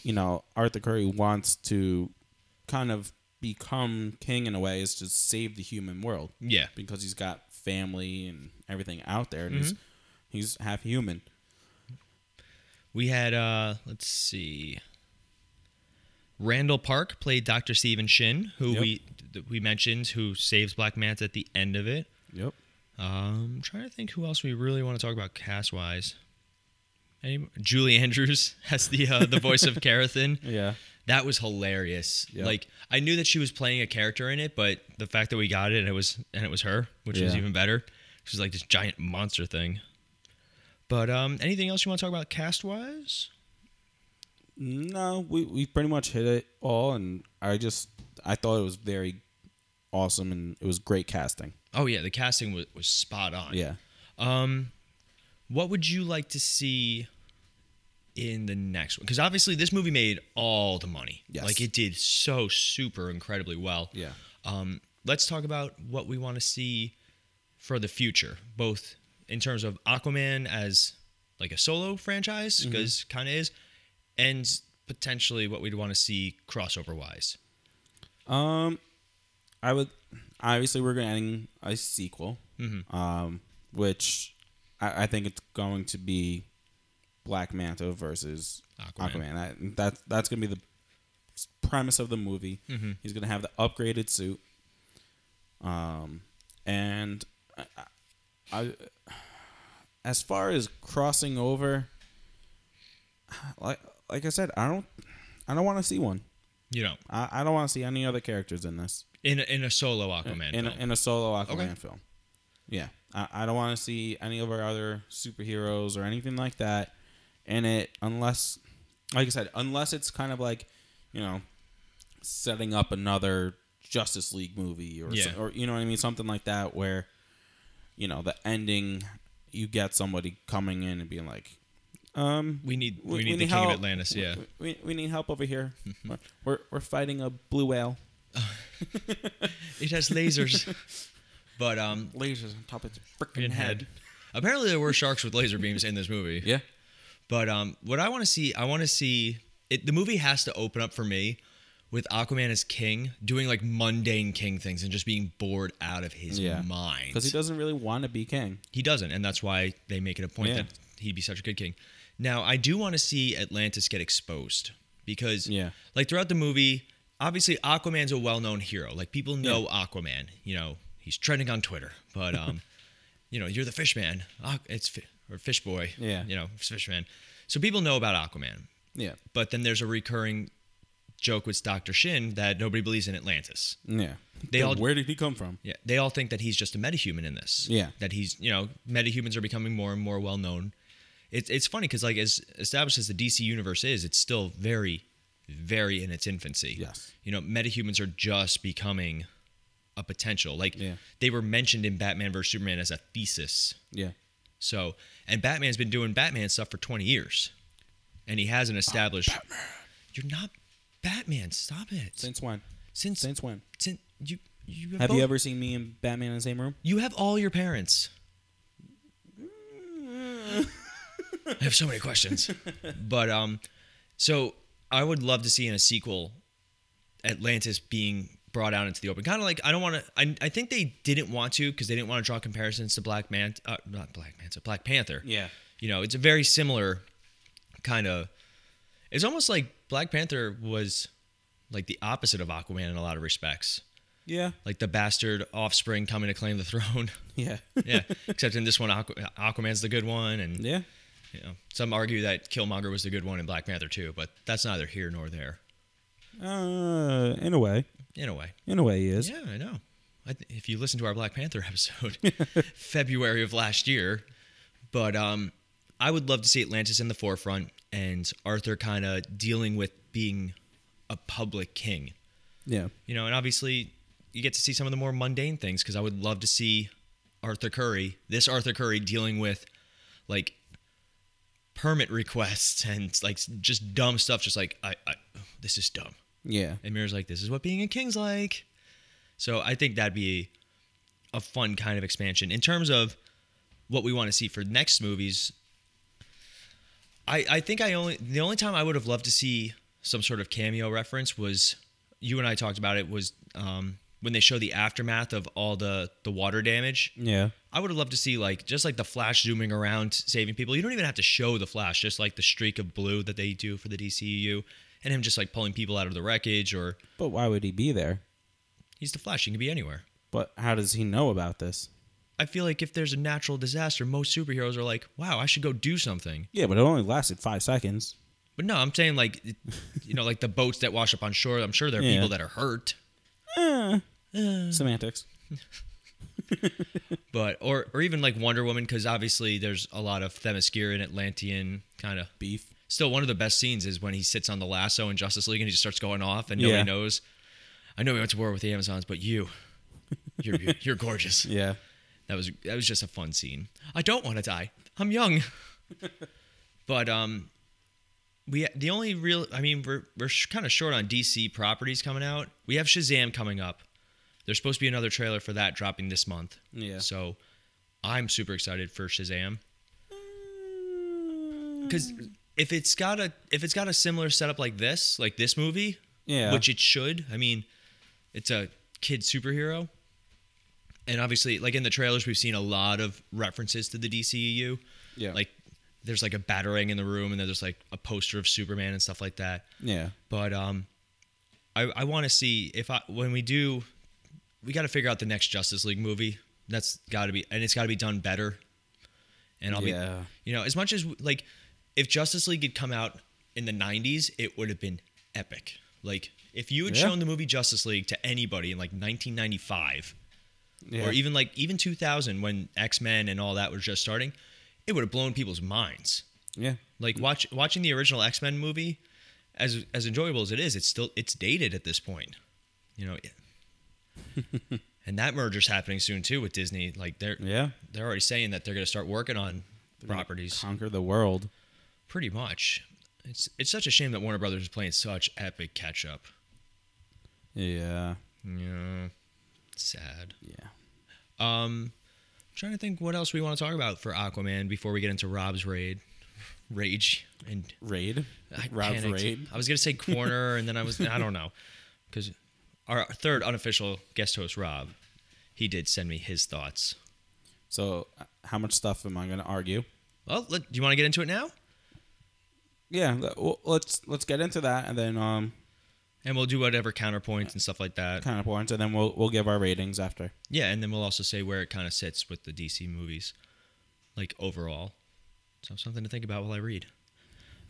S2: you know, Arthur Curry wants to kind of become king in a way is to save the human world
S1: Yeah,
S2: because he's got family and everything out there, and he's he's half human.
S1: we had uh, let's see. Randall Park played Dr. Stephen Shin, who
S2: Yep.
S1: we th- we mentioned, who saves Black Manta at the end of it.
S2: Yep.
S1: Um, trying to think who else we really want to talk about cast wise. Any, Julie Andrews as the uh, the voice of Carathin.
S2: Yeah.
S1: That was hilarious.
S2: Yeah.
S1: Like I knew that she was playing a character in it, but the fact that we got it and it was and it was her, which was
S2: Yeah.
S1: even better. She was like this giant monster thing. But um, anything else you want to talk about cast wise?
S2: No, we, we pretty much hit it all, and I just I thought it was very awesome, and it was great casting.
S1: Oh yeah, the casting was, was spot on.
S2: Yeah.
S1: Um, what would you like to see in the next one? Because obviously, this movie made all the money.
S2: Yes.
S1: Like it did so super incredibly well.
S2: Yeah.
S1: Um, let's talk about what we want to see for the future, both in terms of Aquaman as like a solo franchise, because kind of is, and potentially what we'd want to see crossover wise.
S2: Um, I would obviously we're getting a sequel, um, which I, I think it's going to be Black Manta versus
S1: Aquaman.
S2: Aquaman. I, that that's gonna be the premise of the movie. He's gonna have the upgraded suit, um, and I, I, as far as crossing over, like like I said, I don't I don't want to see one.
S1: You know,
S2: I, I don't want to see any other characters in this
S1: in a, in a solo Aquaman. film.
S2: in, A, in a solo Aquaman
S1: Oh, Okay.
S2: film. Yeah, I, I don't want to see any of our other superheroes or anything like that in it, unless, like I said, unless it's kind of like, you know, setting up another Justice League movie or
S1: Yeah.
S2: so- or you know what I mean, something like that, where, you know, the ending, you get somebody coming in and being like, um,
S1: we need we, need the King
S2: help.
S1: of Atlantis.
S2: We-
S1: Yeah.
S2: we, we need help over here. we're, we're we're fighting a blue whale.
S1: It has lasers. but um
S2: lasers on top of its
S1: in
S2: freaking
S1: head. Apparently there were sharks with laser beams in this movie.
S2: Yeah.
S1: But um what I want to see, I want to see it the movie has to open up for me with Aquaman as king doing like mundane king things and just being bored out of his
S2: Yeah.
S1: mind.
S2: Because he doesn't really want to be king.
S1: He doesn't, and that's why they make it a point
S2: Yeah.
S1: that he'd be such a good king. Now, I do want to see Atlantis get exposed because,
S2: Yeah.
S1: like throughout the movie, obviously Aquaman's a well-known hero. Like people know Aquaman. You know, he's trending on Twitter. But um, you know, you're the fish man. Aqu- It's fi- or fish boy.
S2: Yeah.
S1: You know, it's fish man. So people know about Aquaman.
S2: Yeah.
S1: But then there's a recurring joke with Doctor Shin that nobody believes in Atlantis.
S2: Yeah.
S1: They all-
S2: Where did he come from?
S1: Yeah, they all think that he's just a metahuman in this.
S2: Yeah.
S1: that he's you know metahumans are becoming more and more well known. It's it's funny because like as established as the DC universe is, it's still very, very in its infancy.
S2: Yes.
S1: you know metahumans are just becoming a potential. Like
S2: Yeah.
S1: they were mentioned in Batman vs Superman as a thesis.
S2: Yeah.
S1: So and Batman's been doing Batman stuff for twenty years, and he
S2: Oh,
S1: hasn't established. You're not Batman. Stop it.
S2: Since when?
S1: Since since,
S2: Since when?
S1: you you
S2: Have
S1: both-
S2: you ever seen me and Batman in the same room?
S1: you have all your parents. I have so many questions. But um so I would love to see in a sequel Atlantis being brought out into the open. Kind of like I don't want to I, I think they didn't want to cuz they didn't want to draw comparisons to Black Manta uh, not Black Manta, Black Panther.
S2: Yeah.
S1: You know, it's a very similar kind of It's almost like Black Panther was like the opposite of Aquaman in a lot of respects.
S2: Yeah.
S1: Like the bastard offspring coming to claim the throne.
S2: Yeah.
S1: yeah. Except in this one, Aqu- Aquaman's the good one, and
S2: yeah.
S1: you know, some argue that Killmonger was the good one in Black Panther too. But that's neither here nor there.
S2: Uh, in a way.
S1: In a way.
S2: In a way, he is.
S1: Yeah, I know. I th- if you listen to our Black Panther episode, February of last year, but um, I would love to see Atlantis in the forefront and Arthur kind of dealing with being a public king.
S2: Yeah.
S1: You know, and obviously you get to see some of the more mundane things because I would love to see Arthur Curry, this Arthur Curry, dealing with like permit requests and like just dumb stuff. Just like I, I this is dumb.
S2: Yeah.
S1: And Mirror's like, this is what being a king's like. So I think that'd be a fun kind of expansion. In terms of what we want to see for next movies, I, I think I only the only time I would have loved to see some sort of cameo reference was you and I talked about it was um, when they show the aftermath of all the the water damage.
S2: Yeah.
S1: I would have loved to see like just like the Flash zooming around saving people. You don't even have to show the Flash, just like the streak of blue that they do for the DCU, and him just like pulling people out of the wreckage. Or
S2: But why would he be there?
S1: he's the Flash; he can be anywhere.
S2: But how does he know about this?
S1: I feel like if there's a natural disaster, most superheroes are like, "Wow, I should go do something."
S2: Yeah, but it only lasted five seconds.
S1: But no, I'm saying like, it- you know, like the boats that wash up on shore. I'm sure there are
S2: Yeah.
S1: people that are hurt,
S2: Eh.
S1: Mm.
S2: Semantics.
S1: but or or even like Wonder Woman, because obviously there's a lot of Themyscira and Atlantean kind of
S2: Beef.
S1: still one of the best scenes is when he sits on the lasso in Justice League and he just starts going off and
S2: Yeah.
S1: nobody knows. I know we went to war with the Amazons, but you, you're beau- you're gorgeous.
S2: Yeah.
S1: That was that was just a fun scene. I don't want to die. I'm young. but um, we the only real I mean we're we're sh- kind of short on DC properties coming out. We have Shazam coming up. There's supposed to be another trailer for that dropping this month.
S2: Yeah.
S1: So I'm super excited for Shazam because if it's got a if it's got a similar setup like this, like this movie,
S2: Yeah.
S1: which it should. I mean, it's a kid superhero, and obviously, like in the trailers, we've seen a lot of references to the DCEU.
S2: Yeah.
S1: Like, there's like a batarang in the room, and then there's like a poster of Superman and stuff like that.
S2: Yeah.
S1: But um, I I want to see if I when we do, we got to figure out the next Justice League movie. That's got to be, and it's got to be done better. And I'll
S2: Yeah.
S1: be, you know, as much as like, if Justice League had come out in the '90s, it would have been epic. Like, if you had
S2: Yeah.
S1: shown the movie Justice League to anybody in like 1995,
S2: Yeah.
S1: or e- even like even 2000 when X Men and all that was just starting, it would have blown people's minds.
S2: yeah.
S1: Like watch, watching the original X Men movie, as as enjoyable as it is, it's still it's dated at this point, you know. it- and that merger's happening soon too with Disney. Like they're
S2: Yeah.
S1: they're already saying that they're going to start working on properties,
S2: Conquer the world.
S1: pretty much. It's it's such a shame that Warner Brothers is playing such epic catch up.
S2: Yeah.
S1: Yeah, sad.
S2: Yeah.
S1: Um, trying to think what else we want to talk about for Aquaman before we get into Rob's raid, rage and
S2: Raid.
S1: I
S2: Rob's
S1: panicked.
S2: raid.
S1: I was gonna say corner, and then I was I don't know, because our third unofficial guest host Rob, he did send me his thoughts.
S2: So, uh, how much stuff am I going to argue?
S1: Well, let, do you want to get into it now?
S2: Yeah. le- well, Let's let's get into that, and then um,
S1: And we'll do whatever counterpoints and stuff like that.
S2: kind of points, and then we'll we'll give our ratings after.
S1: Yeah, and then we'll also say where it kind of sits with the DC movies, like overall. So something to think about while I read.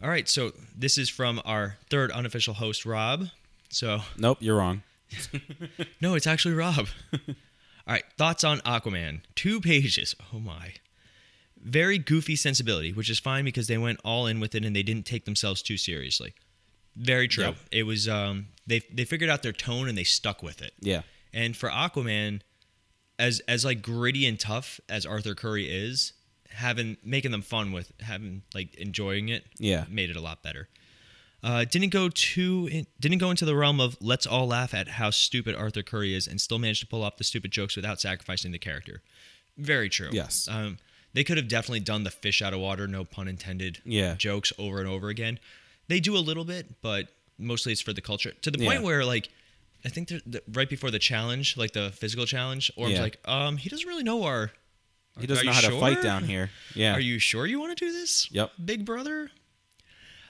S1: All right, so this is from our third unofficial host Rob. So
S2: Nope, you're wrong.
S1: No, it's actually Rob. All right, thoughts on Aquaman. Two pages. Oh my. Very goofy sensibility, which is fine because they went all in with it and they didn't take themselves too seriously. Very true.
S2: Yep.
S1: It was um they they figured out their tone and they stuck with it.
S2: Yeah.
S1: And for Aquaman, as as like gritty and tough as Arthur Curry is, having making them fun with having like enjoying it,
S2: Yeah.
S1: made it a lot better. Uh, didn't go too in, didn't go into the realm of let's all laugh at how stupid Arthur Curry is, and still managed to pull off the stupid jokes without sacrificing the character. Very true.
S2: Yes.
S1: Um, they could have definitely done the fish out of water, no pun intended.
S2: Yeah.
S1: Jokes over and over again. They do a little bit, but mostly it's for the culture. To the
S2: Yeah.
S1: point where like. I think they're, the, right before the challenge, like the physical challenge, Orm's
S2: Yeah.
S1: like, um, he doesn't really know our.
S2: He doesn't
S1: Are
S2: know
S1: you
S2: how to fight
S1: sure?
S2: down here. Yeah.
S1: Are you sure you want to do this?
S2: Yep.
S1: Big brother.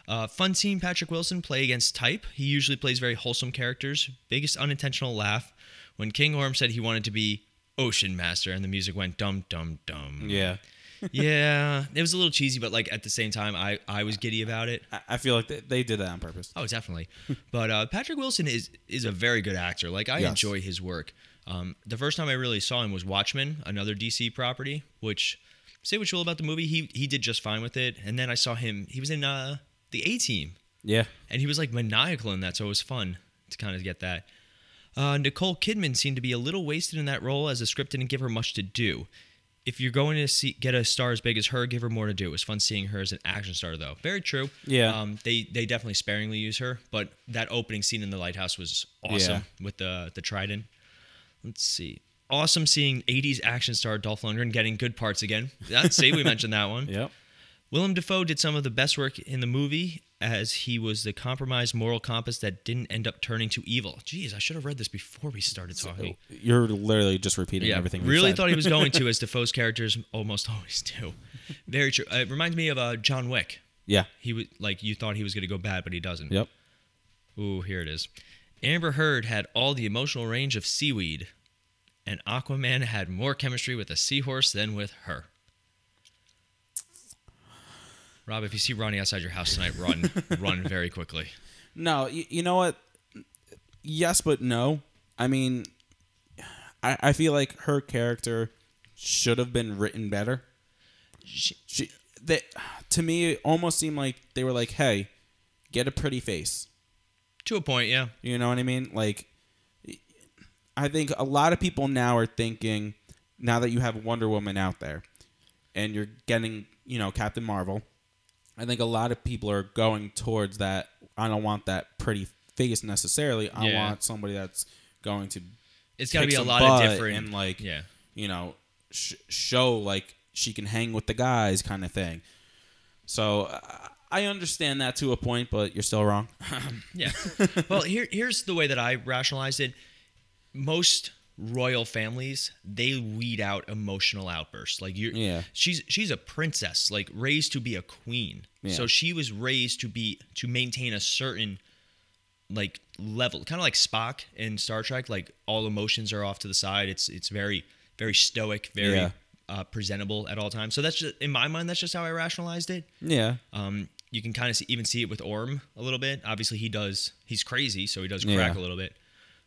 S1: Uh, fun seeing Patrick Wilson play against type. He usually plays very wholesome characters. Biggest unintentional laugh when King Orm said he wanted to be Ocean Master, and the music went dum dum dum.
S2: Yeah.
S1: yeah, it was a little cheesy, but like at the same time, I I was giddy about it.
S2: I, I feel like they, they did that on purpose.
S1: Oh, definitely. but uh, Patrick Wilson is is a very good actor. Like I
S2: Yes.
S1: enjoy his work. Um, the first time I really saw him was Watchmen, another DC property. Which say what you will about the movie, he he did just fine with it. And then I saw him. He was in uh, the A Team,
S2: Yeah.
S1: and he was like maniacal in that, so it was fun to kind of get that. Uh, Nicole Kidman seemed to be a little wasted in that role, as the script didn't give her much to do. If you're going to see, get a star as big as her, give her more to do. It was fun seeing her as an action star, though. Very true.
S2: Yeah.
S1: Um, they they definitely sparingly use her, but that opening scene in the lighthouse was awesome with the the trident. Let's see. Awesome seeing 80s action star Dolph Lundgren getting good parts again. That, see, we mentioned that one.
S2: Yep.
S1: Willem Dafoe did some of the best work in the movie as he was the compromised moral compass that didn't end up turning to evil. Jeez, I should have read this before we started talking.
S2: You're literally just repeating
S1: Yeah,
S2: everything. we
S1: really
S2: said.
S1: thought he was going to, as Defoe's characters almost always do. Very true. Uh, It reminds me of uh, John Wick.
S2: Yeah.
S1: He was like you thought he was going to go bad, but he doesn't.
S2: Yep.
S1: Ooh, here it is. Amber Heard had all the emotional range of seaweed, and Aquaman had more chemistry with a seahorse than with her. Rob, if you see Ronnie outside your house tonight, run, run very quickly.
S2: No, you, you know what? Yes, but no. I mean, I, I feel like her character should have been written better. She, she that to me it almost seemed like they were like, "Hey, get a pretty face."
S1: To a point, yeah.
S2: You know what I mean? Like, I think a lot of people now are thinking, now that you have Wonder Woman out there, and you're getting, you know, Captain Marvel. I think a lot of people are going towards that. I don't want that pretty face necessarily. I
S1: Yeah.
S2: want somebody that's going to
S1: It's got to
S2: kick
S1: be a
S2: some
S1: lot of
S2: butt
S1: different.
S2: and like,
S1: yeah.
S2: you know, sh- show like she can hang with the guys kind of thing. So I- I understand that to a point, but you're still wrong.
S1: Yeah. well, here, here's the way that I rationalize it. Most royal families they weed out emotional outbursts. Like you,
S2: Yeah.
S1: She's she's a princess, like raised to be a queen.
S2: Yeah.
S1: So she was raised to be to maintain a certain like level, kind of like Spock in Star Trek. Like all emotions are off to the side. It's it's very very stoic, very
S2: Yeah.
S1: uh, presentable at all times. So that's just in my mind. That's just how I rationalized it.
S2: yeah.
S1: Um, you can kind of see, even see it with Orm a little bit. Obviously, he does. He's crazy, so he does crack
S2: Yeah.
S1: a little bit.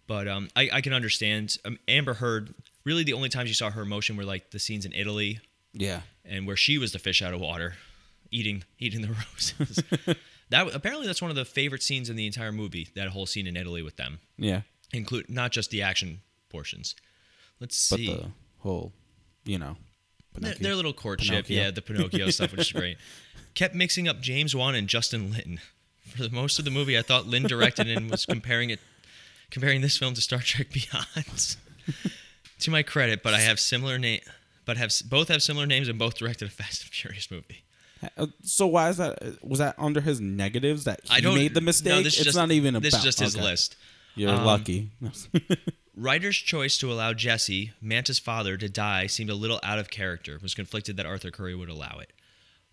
S1: But um, I, I can understand. Um, Amber Heard. Really, the only times you saw her emotion were like the scenes in Italy
S2: Yeah.
S1: and where she was the fish out of water, eating eating the roses. that apparently that's one of the favorite scenes in the entire movie. That whole scene in Italy with them,
S2: Yeah.
S1: include not just the action portions. Let's
S2: but
S1: see.
S2: the whole, you know,
S1: Their,
S2: Pinocchio.
S1: their little courtship,
S2: Pinocchio.
S1: yeah, the Pinocchio stuff, which is great. Kept mixing up James Wan and Justin Lin. For the most of the movie, I thought Lin directed and was comparing it, comparing this film to Star Trek Beyond. to my credit, but I have similar name, but have s- both have similar names and both directed a Fast and Furious movie.
S2: Uh, So why is that? uh, Was that under his negatives that he
S1: I don't
S2: made the mistake?
S1: No, this is
S2: it's
S1: just,
S2: not even about.
S1: this is just his
S2: okay.
S1: list.
S2: You're
S1: Um,
S2: lucky.
S1: Writer's choice to allow Jesse, Manta's father, to die seemed a little out of character. Was conflicted that Arthur Curry would allow it.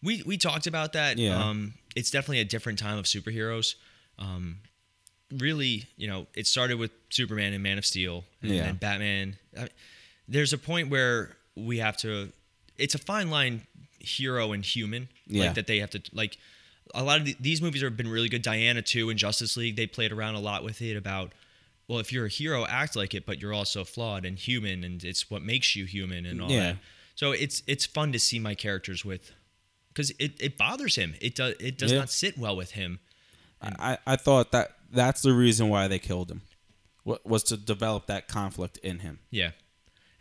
S1: We we talked about that.
S2: Yeah.
S1: Um, it's definitely a different time of superheroes. Um, really, you know, it started with Superman and Man of Steel, and
S2: Yeah.
S1: then Batman. I, there's a point where we have to. It's a fine line, hero and human.
S2: Yeah.
S1: Like that they have to like. A lot of the, these movies have been really good. Diana too and Justice League they played around a lot with it about. Well, if you're a hero, act like it, but you're also flawed and human, and it's what makes you human and all
S2: Yeah.
S1: that. So it's it's fun to see my characters with, because it, it bothers him. It does it does
S2: Yeah.
S1: not sit well with him.
S2: I, I thought that that's the reason why they killed him, wa- was to develop that conflict in him.
S1: Yeah.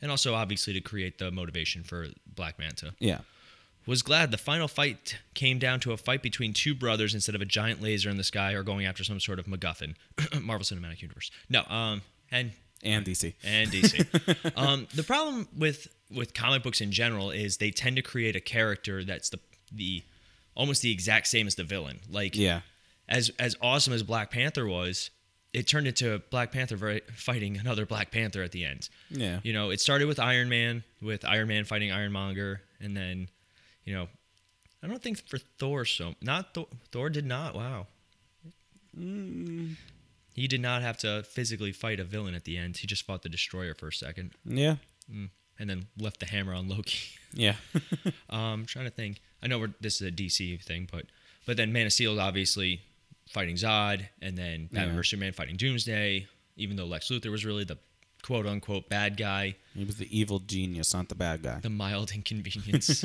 S1: And also, obviously, to create the motivation for Black Manta.
S2: Yeah.
S1: Was glad the final fight came down to a fight between two brothers instead of a giant laser in the sky or going after some sort of MacGuffin. Marvel Cinematic Universe. No, um, and
S2: And DC.
S1: and DC. um, the problem with with comic books in general is they tend to create a character that's the the almost the exact same as the villain. Like
S2: Yeah.
S1: as as awesome as Black Panther was, it turned into Black Panther ver- fighting another Black Panther at the end.
S2: Yeah.
S1: You know, it started with Iron Man, with Iron Man fighting Ironmonger, and then, you know, I don't think for Thor so not Thor, Thor did not. Wow.
S2: Mm,
S1: He did not have to physically fight a villain at the end. He just fought the destroyer for a second
S2: yeah.
S1: and then left the hammer on Loki.
S2: Yeah.
S1: um, I'm trying to think. I know we're, this is a DC thing, but but then Man of Steel is obviously fighting Zod, and then Batman
S2: Yeah.
S1: vs Superman fighting Doomsday. Even though Lex Luthor was really the quote unquote bad guy,
S2: he was the evil genius, not the bad guy.
S1: the mild inconvenience.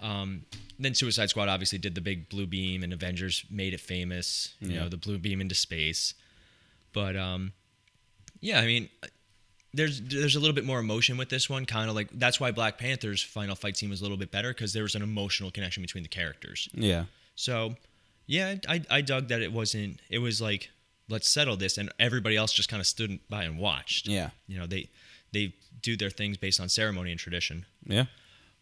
S1: um, then Suicide Squad obviously did the big blue beam, and Avengers made it famous. You
S2: Yeah.
S1: know, the blue beam into space. But um, yeah, I mean, there's there's a little bit more emotion with this one. Kind of like that's why Black Panther's final fight scene was a little bit better because there was an emotional connection between the characters.
S2: yeah.
S1: So yeah, I I dug that it wasn't. It was like let's settle this, and everybody else just kind of stood by and watched.
S2: Yeah.
S1: You know they they do their things based on ceremony and tradition
S2: Yeah.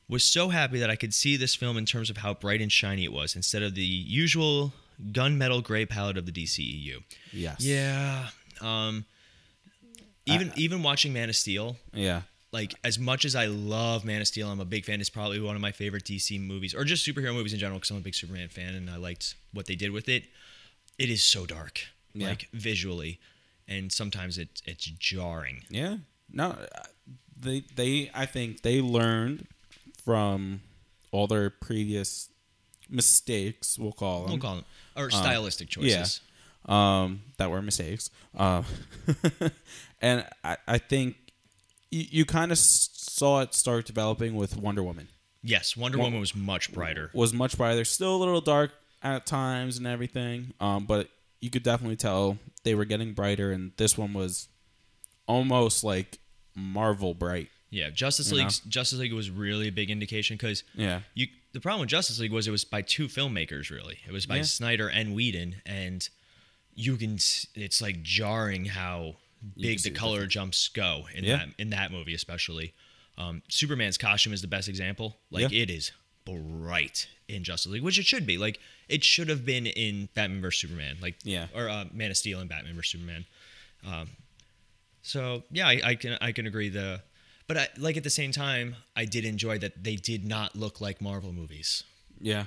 S1: was so happy that I could see this film in terms of how bright and shiny it was instead of the usual gunmetal gray palette of the DCEU.
S2: Yes.
S1: Yeah. Um even even watching Man of Steel,
S2: Yeah.
S1: like as much as I love Man of Steel, I'm a big fan. It's probably one of my favorite DC movies or just superhero movies in general cuz I'm a big Superman fan and I liked what they did with it. It is so dark,
S2: Yeah.
S1: like visually, and sometimes it it's jarring.
S2: Yeah. No, I- they they I think they learned from all their previous mistakes. We'll call them.
S1: We'll call them or stylistic
S2: Um, uh, yeah.
S1: choices.
S2: um, that were mistakes. Uh, and I, I think you, you kind of saw it start developing with Wonder Woman.
S1: Yes, Wonder Woman was much brighter.
S2: Was much brighter, still a little dark at times and everything, um, but you could definitely tell they were getting brighter, and this one was almost like Marvel bright.
S1: Yeah, Justice
S2: You know?
S1: League. Justice League was really a big indication because
S2: Yeah.
S1: you. The problem with Justice League was it was by two filmmakers. Really, it was by
S2: Yeah.
S1: Snyder and Whedon, and you can. s- It's like jarring how big
S2: see
S1: the
S2: the
S1: color jumps go in
S2: Yeah.
S1: that in that movie, especially. Um, Superman's costume is the best example. Like
S2: Yeah.
S1: it is bright in Justice League, which it should be. Like it should have been in Batman vs Superman. Like
S2: Yeah.
S1: or uh, Man of Steel and Batman vs Superman. Um, So yeah, I, I can I can agree the, but I, like at the same time, I did enjoy that they did not look like Marvel movies.
S2: Yeah.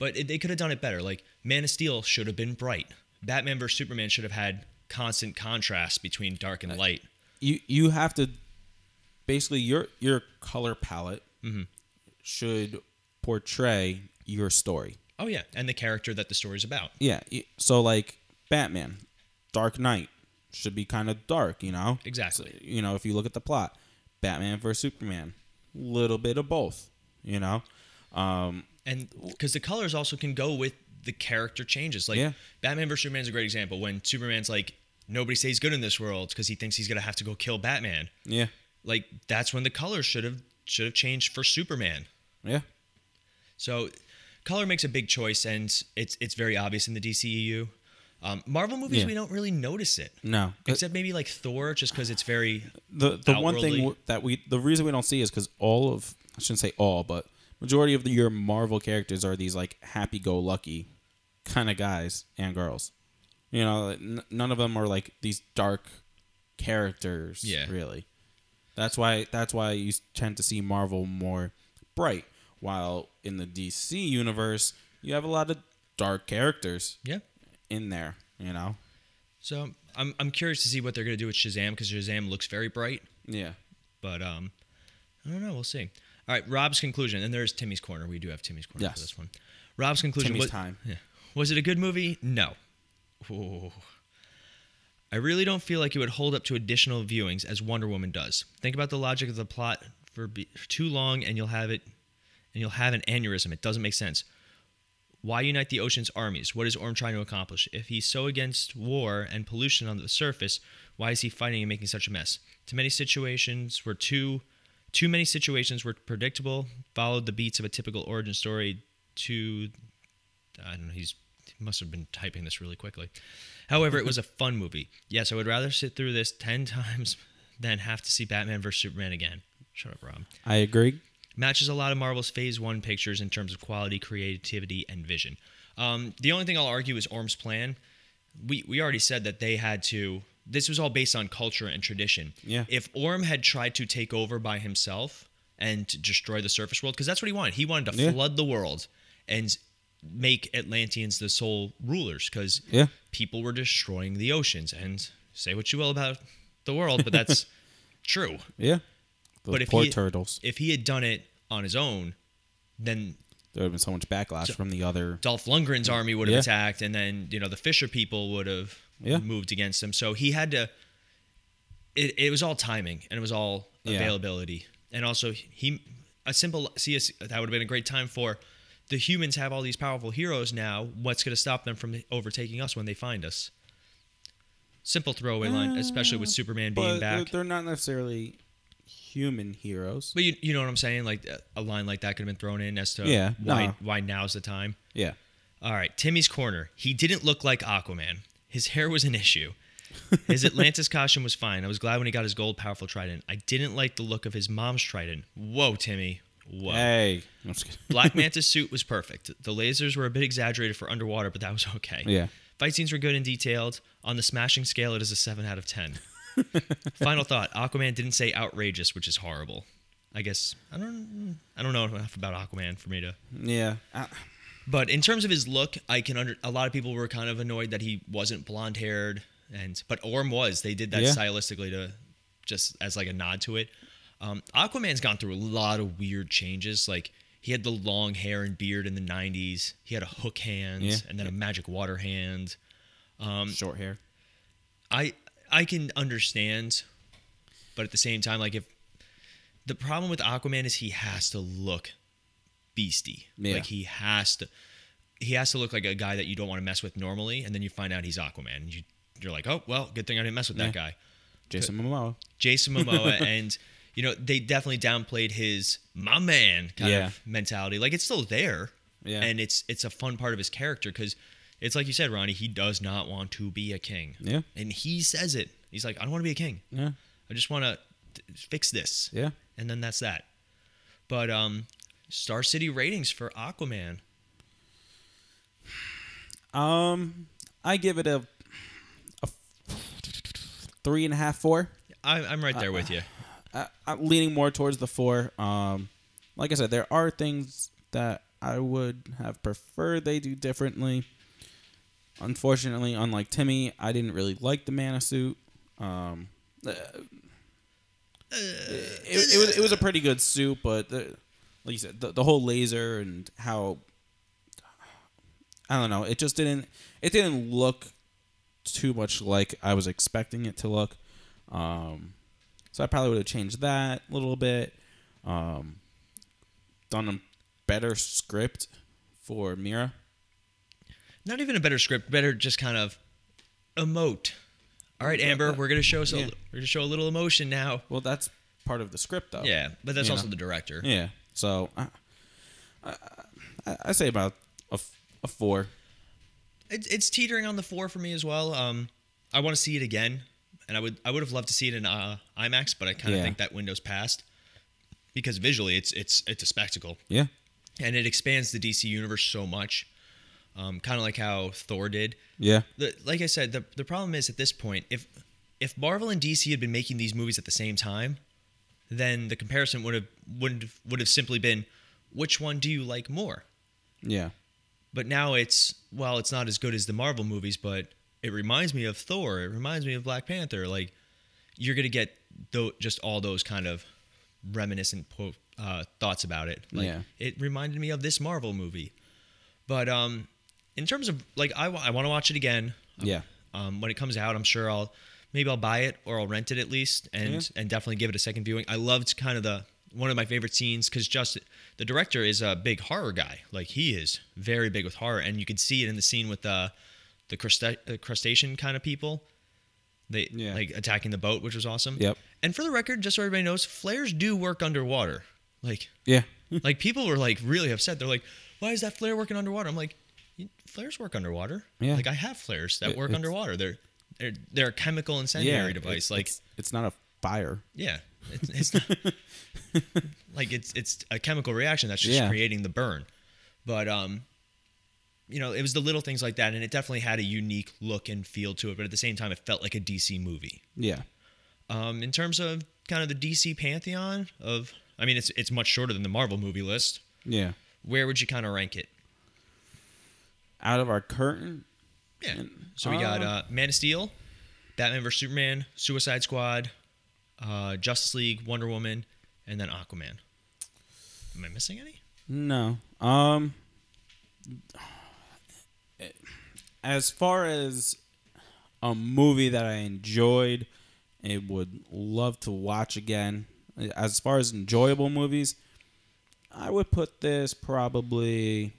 S1: But it, they could have done it better. Like Man of Steel should have been bright. Batman vs Superman should have had constant contrast between dark and light.
S2: you you have to basically your your color palette should portray your story.
S1: Oh yeah, and the character that the story's about.
S2: Yeah, y- so like Batman, Dark Knight should be kind of dark, you know.
S1: Exactly.
S2: So, you know, if you look at the plot, Batman versus Superman, little bit of both, you know. Um,
S1: and because the colors also can go with the character changes. Like
S2: Yeah.
S1: Batman versus Superman is a great example. When Superman's like, nobody stays good in this world because he thinks he's gonna have to go kill Batman.
S2: yeah,
S1: Like that's when the colors should have should have changed for Superman.
S2: yeah,
S1: So color makes a big choice and it's it's very obvious in the DCEU. Um, Marvel movies
S2: Yeah. Uh,
S1: we don't really notice it.
S2: no.
S1: Except maybe like Thor just cuz it's very
S2: the the one thing
S1: outwardly.
S2: w- that we the reason we don't see is because all of I shouldn't say all, but majority of the, your Marvel characters are these like happy go lucky kind of guys and girls. You know, n- none of them are like these dark characters.
S1: Yeah.
S2: really. That's why that's why you tend to see Marvel more bright, while in the DC universe you have a lot of dark characters
S1: yeah.
S2: in there. You know.
S1: So I'm I'm curious to see what they're going to do with Shazam cuz Shazam looks very bright,
S2: Yeah.
S1: but um I don't know, we'll see. All right, Rob's conclusion and there's Timmy's corner. We do have Timmy's corner
S2: Yes.
S1: for this one. Rob's conclusion
S2: Timmy's
S1: was
S2: time.
S1: Yeah. Was it a good movie? No. Ooh. I really don't feel like it would hold up to additional viewings as Wonder Woman does. Think about the logic of the plot for be- too long and you'll have it and you'll have an aneurysm. It doesn't make sense. Why unite the ocean's armies? What is Orm trying to accomplish? If he's so against war and pollution on the surface, why is he fighting and making such a mess? Too many situations were too too many situations were predictable, followed the beats of a typical origin story to I don't know. He's he must have been typing this really quickly. However, it was a fun movie. Yes, I would rather sit through this ten times than have to see Batman vs Superman again. Shut up, Rob.
S2: I agree.
S1: Matches a lot of Marvel's Phase One pictures in terms of quality, creativity, and vision. Um, the only thing I'll argue is Orm's plan. We we already said that they had to. This was all based on culture and tradition.
S2: Yeah.
S1: If Orm had tried to take over by himself and to destroy the surface world, because that's what he wanted. He wanted to
S2: Yeah.
S1: flood the world, and make Atlanteans the sole rulers because
S2: Yeah.
S1: people were destroying the oceans. And say what you will about the world, but that's true.
S2: Yeah. Those
S1: But if
S2: poor
S1: he-
S2: turtles.
S1: If he had done it on his own, then
S2: There would have been so much backlash from the other.
S1: Dolph Lundgren's army would have
S2: Yeah.
S1: attacked, and then you know the Fisher people would have
S2: Yeah.
S1: moved against him. So he had to. It, it was all timing, and it was all
S2: Yeah.
S1: availability, and also he a simple see it's- that would have been a great time for the humans have all these powerful heroes now. What's going to stop them from overtaking us when they find us? Simple throwaway line, especially with Superman being
S2: But
S1: back.
S2: they're not necessarily human heroes.
S1: But you, you know what I'm saying? Like uh, a line like that could have been thrown in as to
S2: Yeah, uh-huh.
S1: why
S2: nah.
S1: why now's the time.
S2: Yeah.
S1: All right, Timmy's corner. He didn't look like Aquaman. His hair was an issue. His Atlantis costume was fine. I was glad when he got his gold powerful trident. I didn't like the look of his mom's trident. Whoa, Timmy. Whoa.
S2: Hey. I'm just kidding.
S1: Black Manta's suit was perfect. The lasers were a bit exaggerated for underwater, but that was okay.
S2: Yeah.
S1: Fight scenes were good and detailed. On the smashing scale, it is a 7 out of 10. Final thought Aquaman didn't say outrageous, which is horrible. I guess I don't I don't know enough about Aquaman for me to
S2: Yeah. I,
S1: but in terms of his look, I can under a lot of people were kind of annoyed that he wasn't blonde haired and but Orm was. They did that
S2: Yeah.
S1: stylistically to just as like a nod to it. Um, Aquaman's gone through a lot of weird changes. Like he had the long hair and beard in the '90s. He had a hook hand
S2: Yeah.
S1: and then a magic water hand.
S2: Um, short hair.
S1: I I can understand, but at the same time, like if the problem with Aquaman is he has to look beastie.
S2: Yeah.
S1: Like he has to he has to look like a guy that you don't want to mess with normally, and then you find out he's Aquaman. And you you're like, oh well, good thing I didn't mess with that guy.
S2: Jason Momoa.
S1: Jason Momoa and you know, they definitely downplayed his my man kind
S2: Yeah.
S1: of mentality. Like it's still there.
S2: Yeah.
S1: And it's it's a fun part of his character because it's like you said, Ronnie, he does not want to be a king.
S2: Yeah.
S1: And he says it. He's like, I don't want to be a king.
S2: Yeah.
S1: I just want to fix this.
S2: Yeah.
S1: And then that's that. But um Star City ratings for Aquaman.
S2: Um, I give it a, a three and a half, four.
S1: I, I'm right there with
S2: Uh,
S1: you.
S2: I, I'm leaning more towards the four. Um, like I said, there are things that I would have preferred they do differently. Unfortunately, unlike Timmy, I didn't really like the mana suit. Um, uh, it, it was it was a pretty good suit, but the, like you said, the, the whole laser and how I don't know, it just didn't it didn't look too much like I was expecting it to look. Um, so I probably would have changed that a little bit. Um, done a better script for Mira.
S1: Not even a better script, better just kind of emote. All right, Amber, we're gonna show us a,
S2: uh, Yeah.
S1: we're gonna show a little emotion now.
S2: Well, that's part of the script, though.
S1: Yeah, but that's
S2: You
S1: also
S2: know.
S1: the director.
S2: Yeah. So I, I, I say about a, f- a four.
S1: It's it's teetering on the four for me as well. Um, I want to see it again, and I would I would have loved to see it in uh, IMAX, but I kind of
S2: Yeah.
S1: think that window's passed because visually it's it's it's a spectacle,
S2: Yeah.
S1: and it expands the DC universe so much. Um, kind of like how Thor did.
S2: Yeah.
S1: The, like I said, the the problem is at this point, if if Marvel and DC had been making these movies at the same time, then the comparison would have would have, would have simply been, which one do you like more?
S2: Yeah.
S1: but now it's well it's not as good as the marvel movies but it reminds me of thor it reminds me of black panther like you're gonna get tho- just all those kind of reminiscent po- uh, thoughts about it like
S2: Yeah.
S1: it reminded me of this marvel movie but um in terms of like i, want to watch it again
S2: Yeah.
S1: um, when it comes out i'm sure i'll maybe i'll buy it or i'll rent it at least and and definitely give it a second viewing i loved kind of the one of my favorite scenes because just the director is a big horror guy like he is very big with horror and you could see it in the scene with the the crusta- uh, crustacean kind of people they
S2: Yeah.
S1: like attacking the boat which was awesome
S2: Yep.
S1: and for the record just so everybody knows flares do work underwater like
S2: Yeah.
S1: like people were like really upset. They're like, "Why is that flare working underwater?" I'm like, "You- "Flares work underwater.
S2: Yeah.
S1: Like I have flares that
S2: It-
S1: work
S2: it's-
S1: underwater. They're they're they're a chemical
S2: Yeah.
S1: incendiary device.
S2: it's-
S1: like
S2: it's, it's not a fire.
S1: yeah, it's, it's not like it's it's a chemical reaction that's just
S2: Yeah.
S1: creating the burn. But um, you know, it was the little things like that, and it definitely had a unique look and feel to it. But at the same time, it felt like a DC movie.
S2: Yeah.
S1: Um, in terms of kind of the DC pantheon of, I mean, it's it's much shorter than the Marvel movie list.
S2: Yeah.
S1: Where would you kind of rank it?
S2: out of our curtain.
S1: Yeah. So we got uh, Man of Steel, Batman vs Superman, Suicide Squad, uh, Justice League, Wonder Woman, and then Aquaman. Am I missing any?
S2: No. Um as far as a movie that I enjoyed and would love to watch again, as far as enjoyable movies, I would put this probably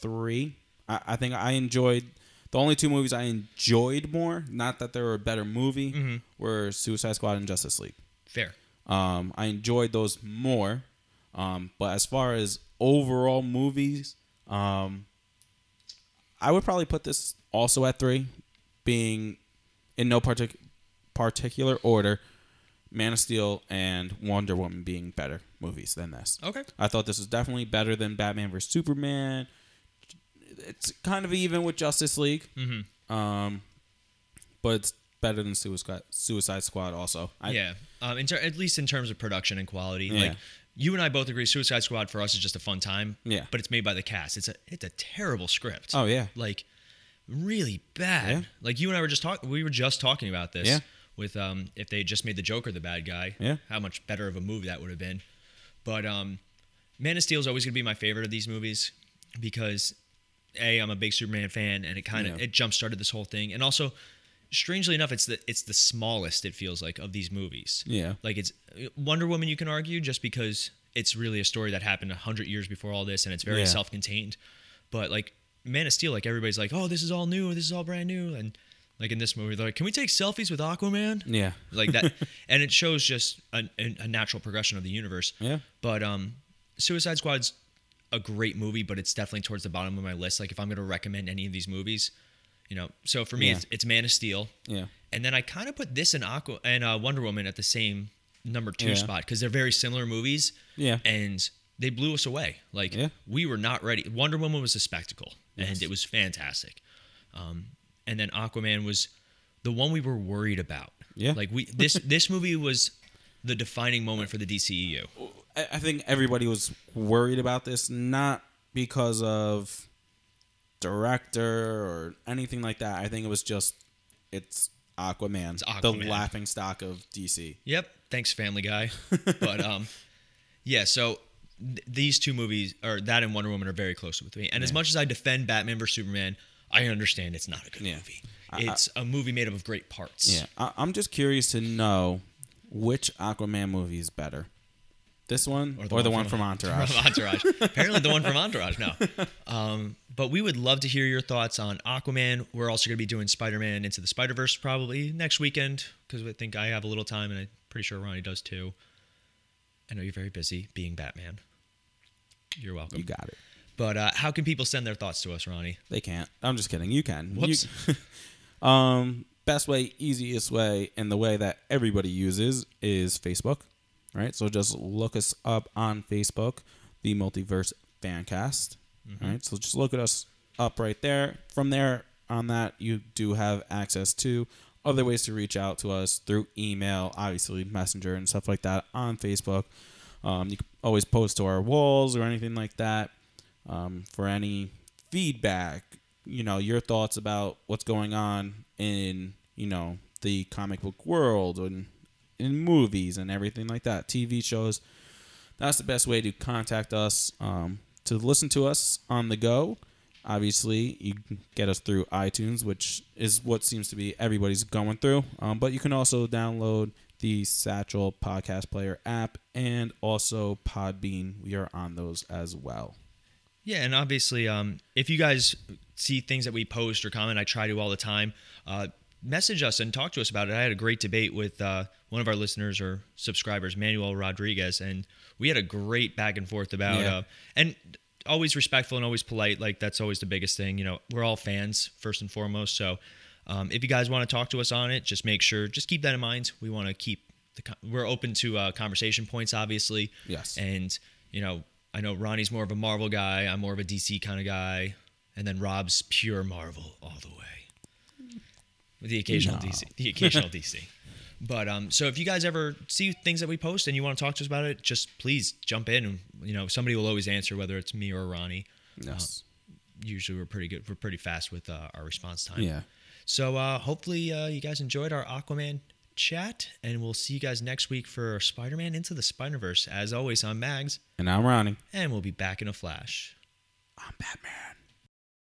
S2: 3. I, I think I enjoyed the only two movies I enjoyed more, not that they were a better movie, were Suicide Squad and Justice League.
S1: Fair.
S2: Um, I enjoyed those more. Um, but as far as overall movies, um, I would probably put this also at three, being in no partic- particular order. Man of Steel and Wonder Woman being better movies than this.
S1: Okay.
S2: I thought this was definitely better than Batman vs Superman. It's kind of even with Justice League, mm-hmm. um, but it's better than Suicide Suicide Squad. Also, I,
S1: yeah. Um, in ter- at least in terms of production and quality,
S2: Yeah.
S1: like you and I both agree, Suicide Squad for us is just a fun time.
S2: Yeah.
S1: But it's made by the cast. It's a it's a terrible script.
S2: Oh yeah,
S1: Like really bad.
S2: Yeah.
S1: Like you and I were just talking. We were just talking about this.
S2: Yeah.
S1: With um, if they just made the Joker the bad guy.
S2: Yeah.
S1: How much better of a movie that would have been. But um, Man of Steel is always gonna be my favorite of these movies because a I'm a big Superman fan and it kind of
S2: Yeah.
S1: it jump started this whole thing and also strangely enough it's the it's the smallest it feels like of these movies.
S2: yeah.
S1: Like it's Wonder Woman, you can argue, just because it's really a story that happened hundred years before all this, and it's very
S2: Yeah.
S1: self-contained. But like Man of Steel, like everybody's like, "Oh, this is all new. This is all brand new." And like in this movie, they're like, "Can we take selfies with Aquaman?"
S2: Yeah.
S1: Like that, and it shows just a, a a natural progression of the universe.
S2: Yeah.
S1: But um, Suicide Squad's a great movie, but it's definitely towards the bottom of my list. Like if I'm going to recommend any of these movies, you know. So for me,
S2: Yeah.
S1: it's, it's Man of Steel.
S2: Yeah.
S1: And then I kind of put this and Aqua and uh, Wonder Woman at the same number two
S2: Yeah.
S1: spot because they're very similar movies.
S2: Yeah.
S1: And they blew us away. Like
S2: Yeah.
S1: we were not ready. Wonder Woman was a spectacle,
S2: Yes.
S1: and it was fantastic. Um, and then Aquaman was the one we were worried about.
S2: Yeah.
S1: Like we this this movie was the defining moment for the E DCEU.
S2: I, I think everybody was worried about this, not because of director or anything like that. I think it was just it's Aquaman,
S1: Aquaman.
S2: the laughing stock of DC.
S1: Yep. Thanks, Family Guy. but um, yeah. So th- these two movies, or that and Wonder Woman, are very close with me. And as much as I defend Batman vs Superman, I understand it's not a good
S2: Yeah.
S1: movie. It's a movie made up of great parts.
S2: Yeah, I, I'm just curious to know which Aquaman movie is better, this one or the, one, from, Entourage.
S1: From Entourage. Apparently, the one from Entourage. No. Um, but we would love to hear your thoughts on Aquaman. We're also going to be doing Spider Man Into the Spider Verse probably next weekend because I think I have a little time and I'm pretty sure Ronnie does too. I know you're very busy being Batman. You're welcome.
S2: you got it.
S1: But uh, how can people send their thoughts to us, Ronnie?
S2: They can't. I'm just kidding. You can. You-
S1: Whoops.
S2: um, best way, easiest way, and the way that everybody uses is Facebook. Right. So just look us up on Facebook, the Multiverse Fancast. All right. So just look at us up right there. From there on that, you do have access to other ways to reach out to us through email, obviously Messenger and stuff like that on Facebook. Um, you can always post to our walls or anything like that um, for any feedback, you know, your thoughts about what's going on in, you know, the comic book world and in movies and everything like that, TV shows. That's the best way to contact us, um, to listen to us on the go. Obviously, you can get us through iTunes, which is what seems to be everybody's going through. Um, but you can also download the Satchel Podcast Player app and also Podbean. We are on those as well.
S1: Yeah, and obviously, um, if you guys see things that we post or comment, I try to all the time. Uh, message us and talk to us about it. I had a great debate with uh, one of our listeners or subscribers, Manuel Rodriguez, and we had a great back and forth about
S2: Yeah.
S1: uh, and always respectful and always polite. Like that's always the biggest thing. You know, we're all fans first and foremost. So um, if you guys want to talk to us on it, just make sure just keep that in mind. We want to keep the con- we're open to uh, conversation points, obviously.
S2: Yes.
S1: And you know, I know Ronnie's more of a Marvel guy. I'm more of a DC kind of guy, and then Rob's pure Marvel all the way. With the occasional
S2: No.
S1: DC, the occasional DC. But um, so if you guys ever see things that we post and you want to talk to us about it, just please jump in. And, you know, somebody will always answer, whether it's me or Ronnie.
S2: Yes.
S1: usually we're pretty good. We're pretty fast with uh, our response time.
S2: Uh-huh. Yeah.
S1: So uh, hopefully uh, you guys enjoyed our Aquaman chat, and we'll see you guys next week for Spider-Man Into the Spider-Verse. As always, I'm Mags,
S2: And I'm Ronnie.
S1: and we'll be back in a flash.
S2: I'm Batman.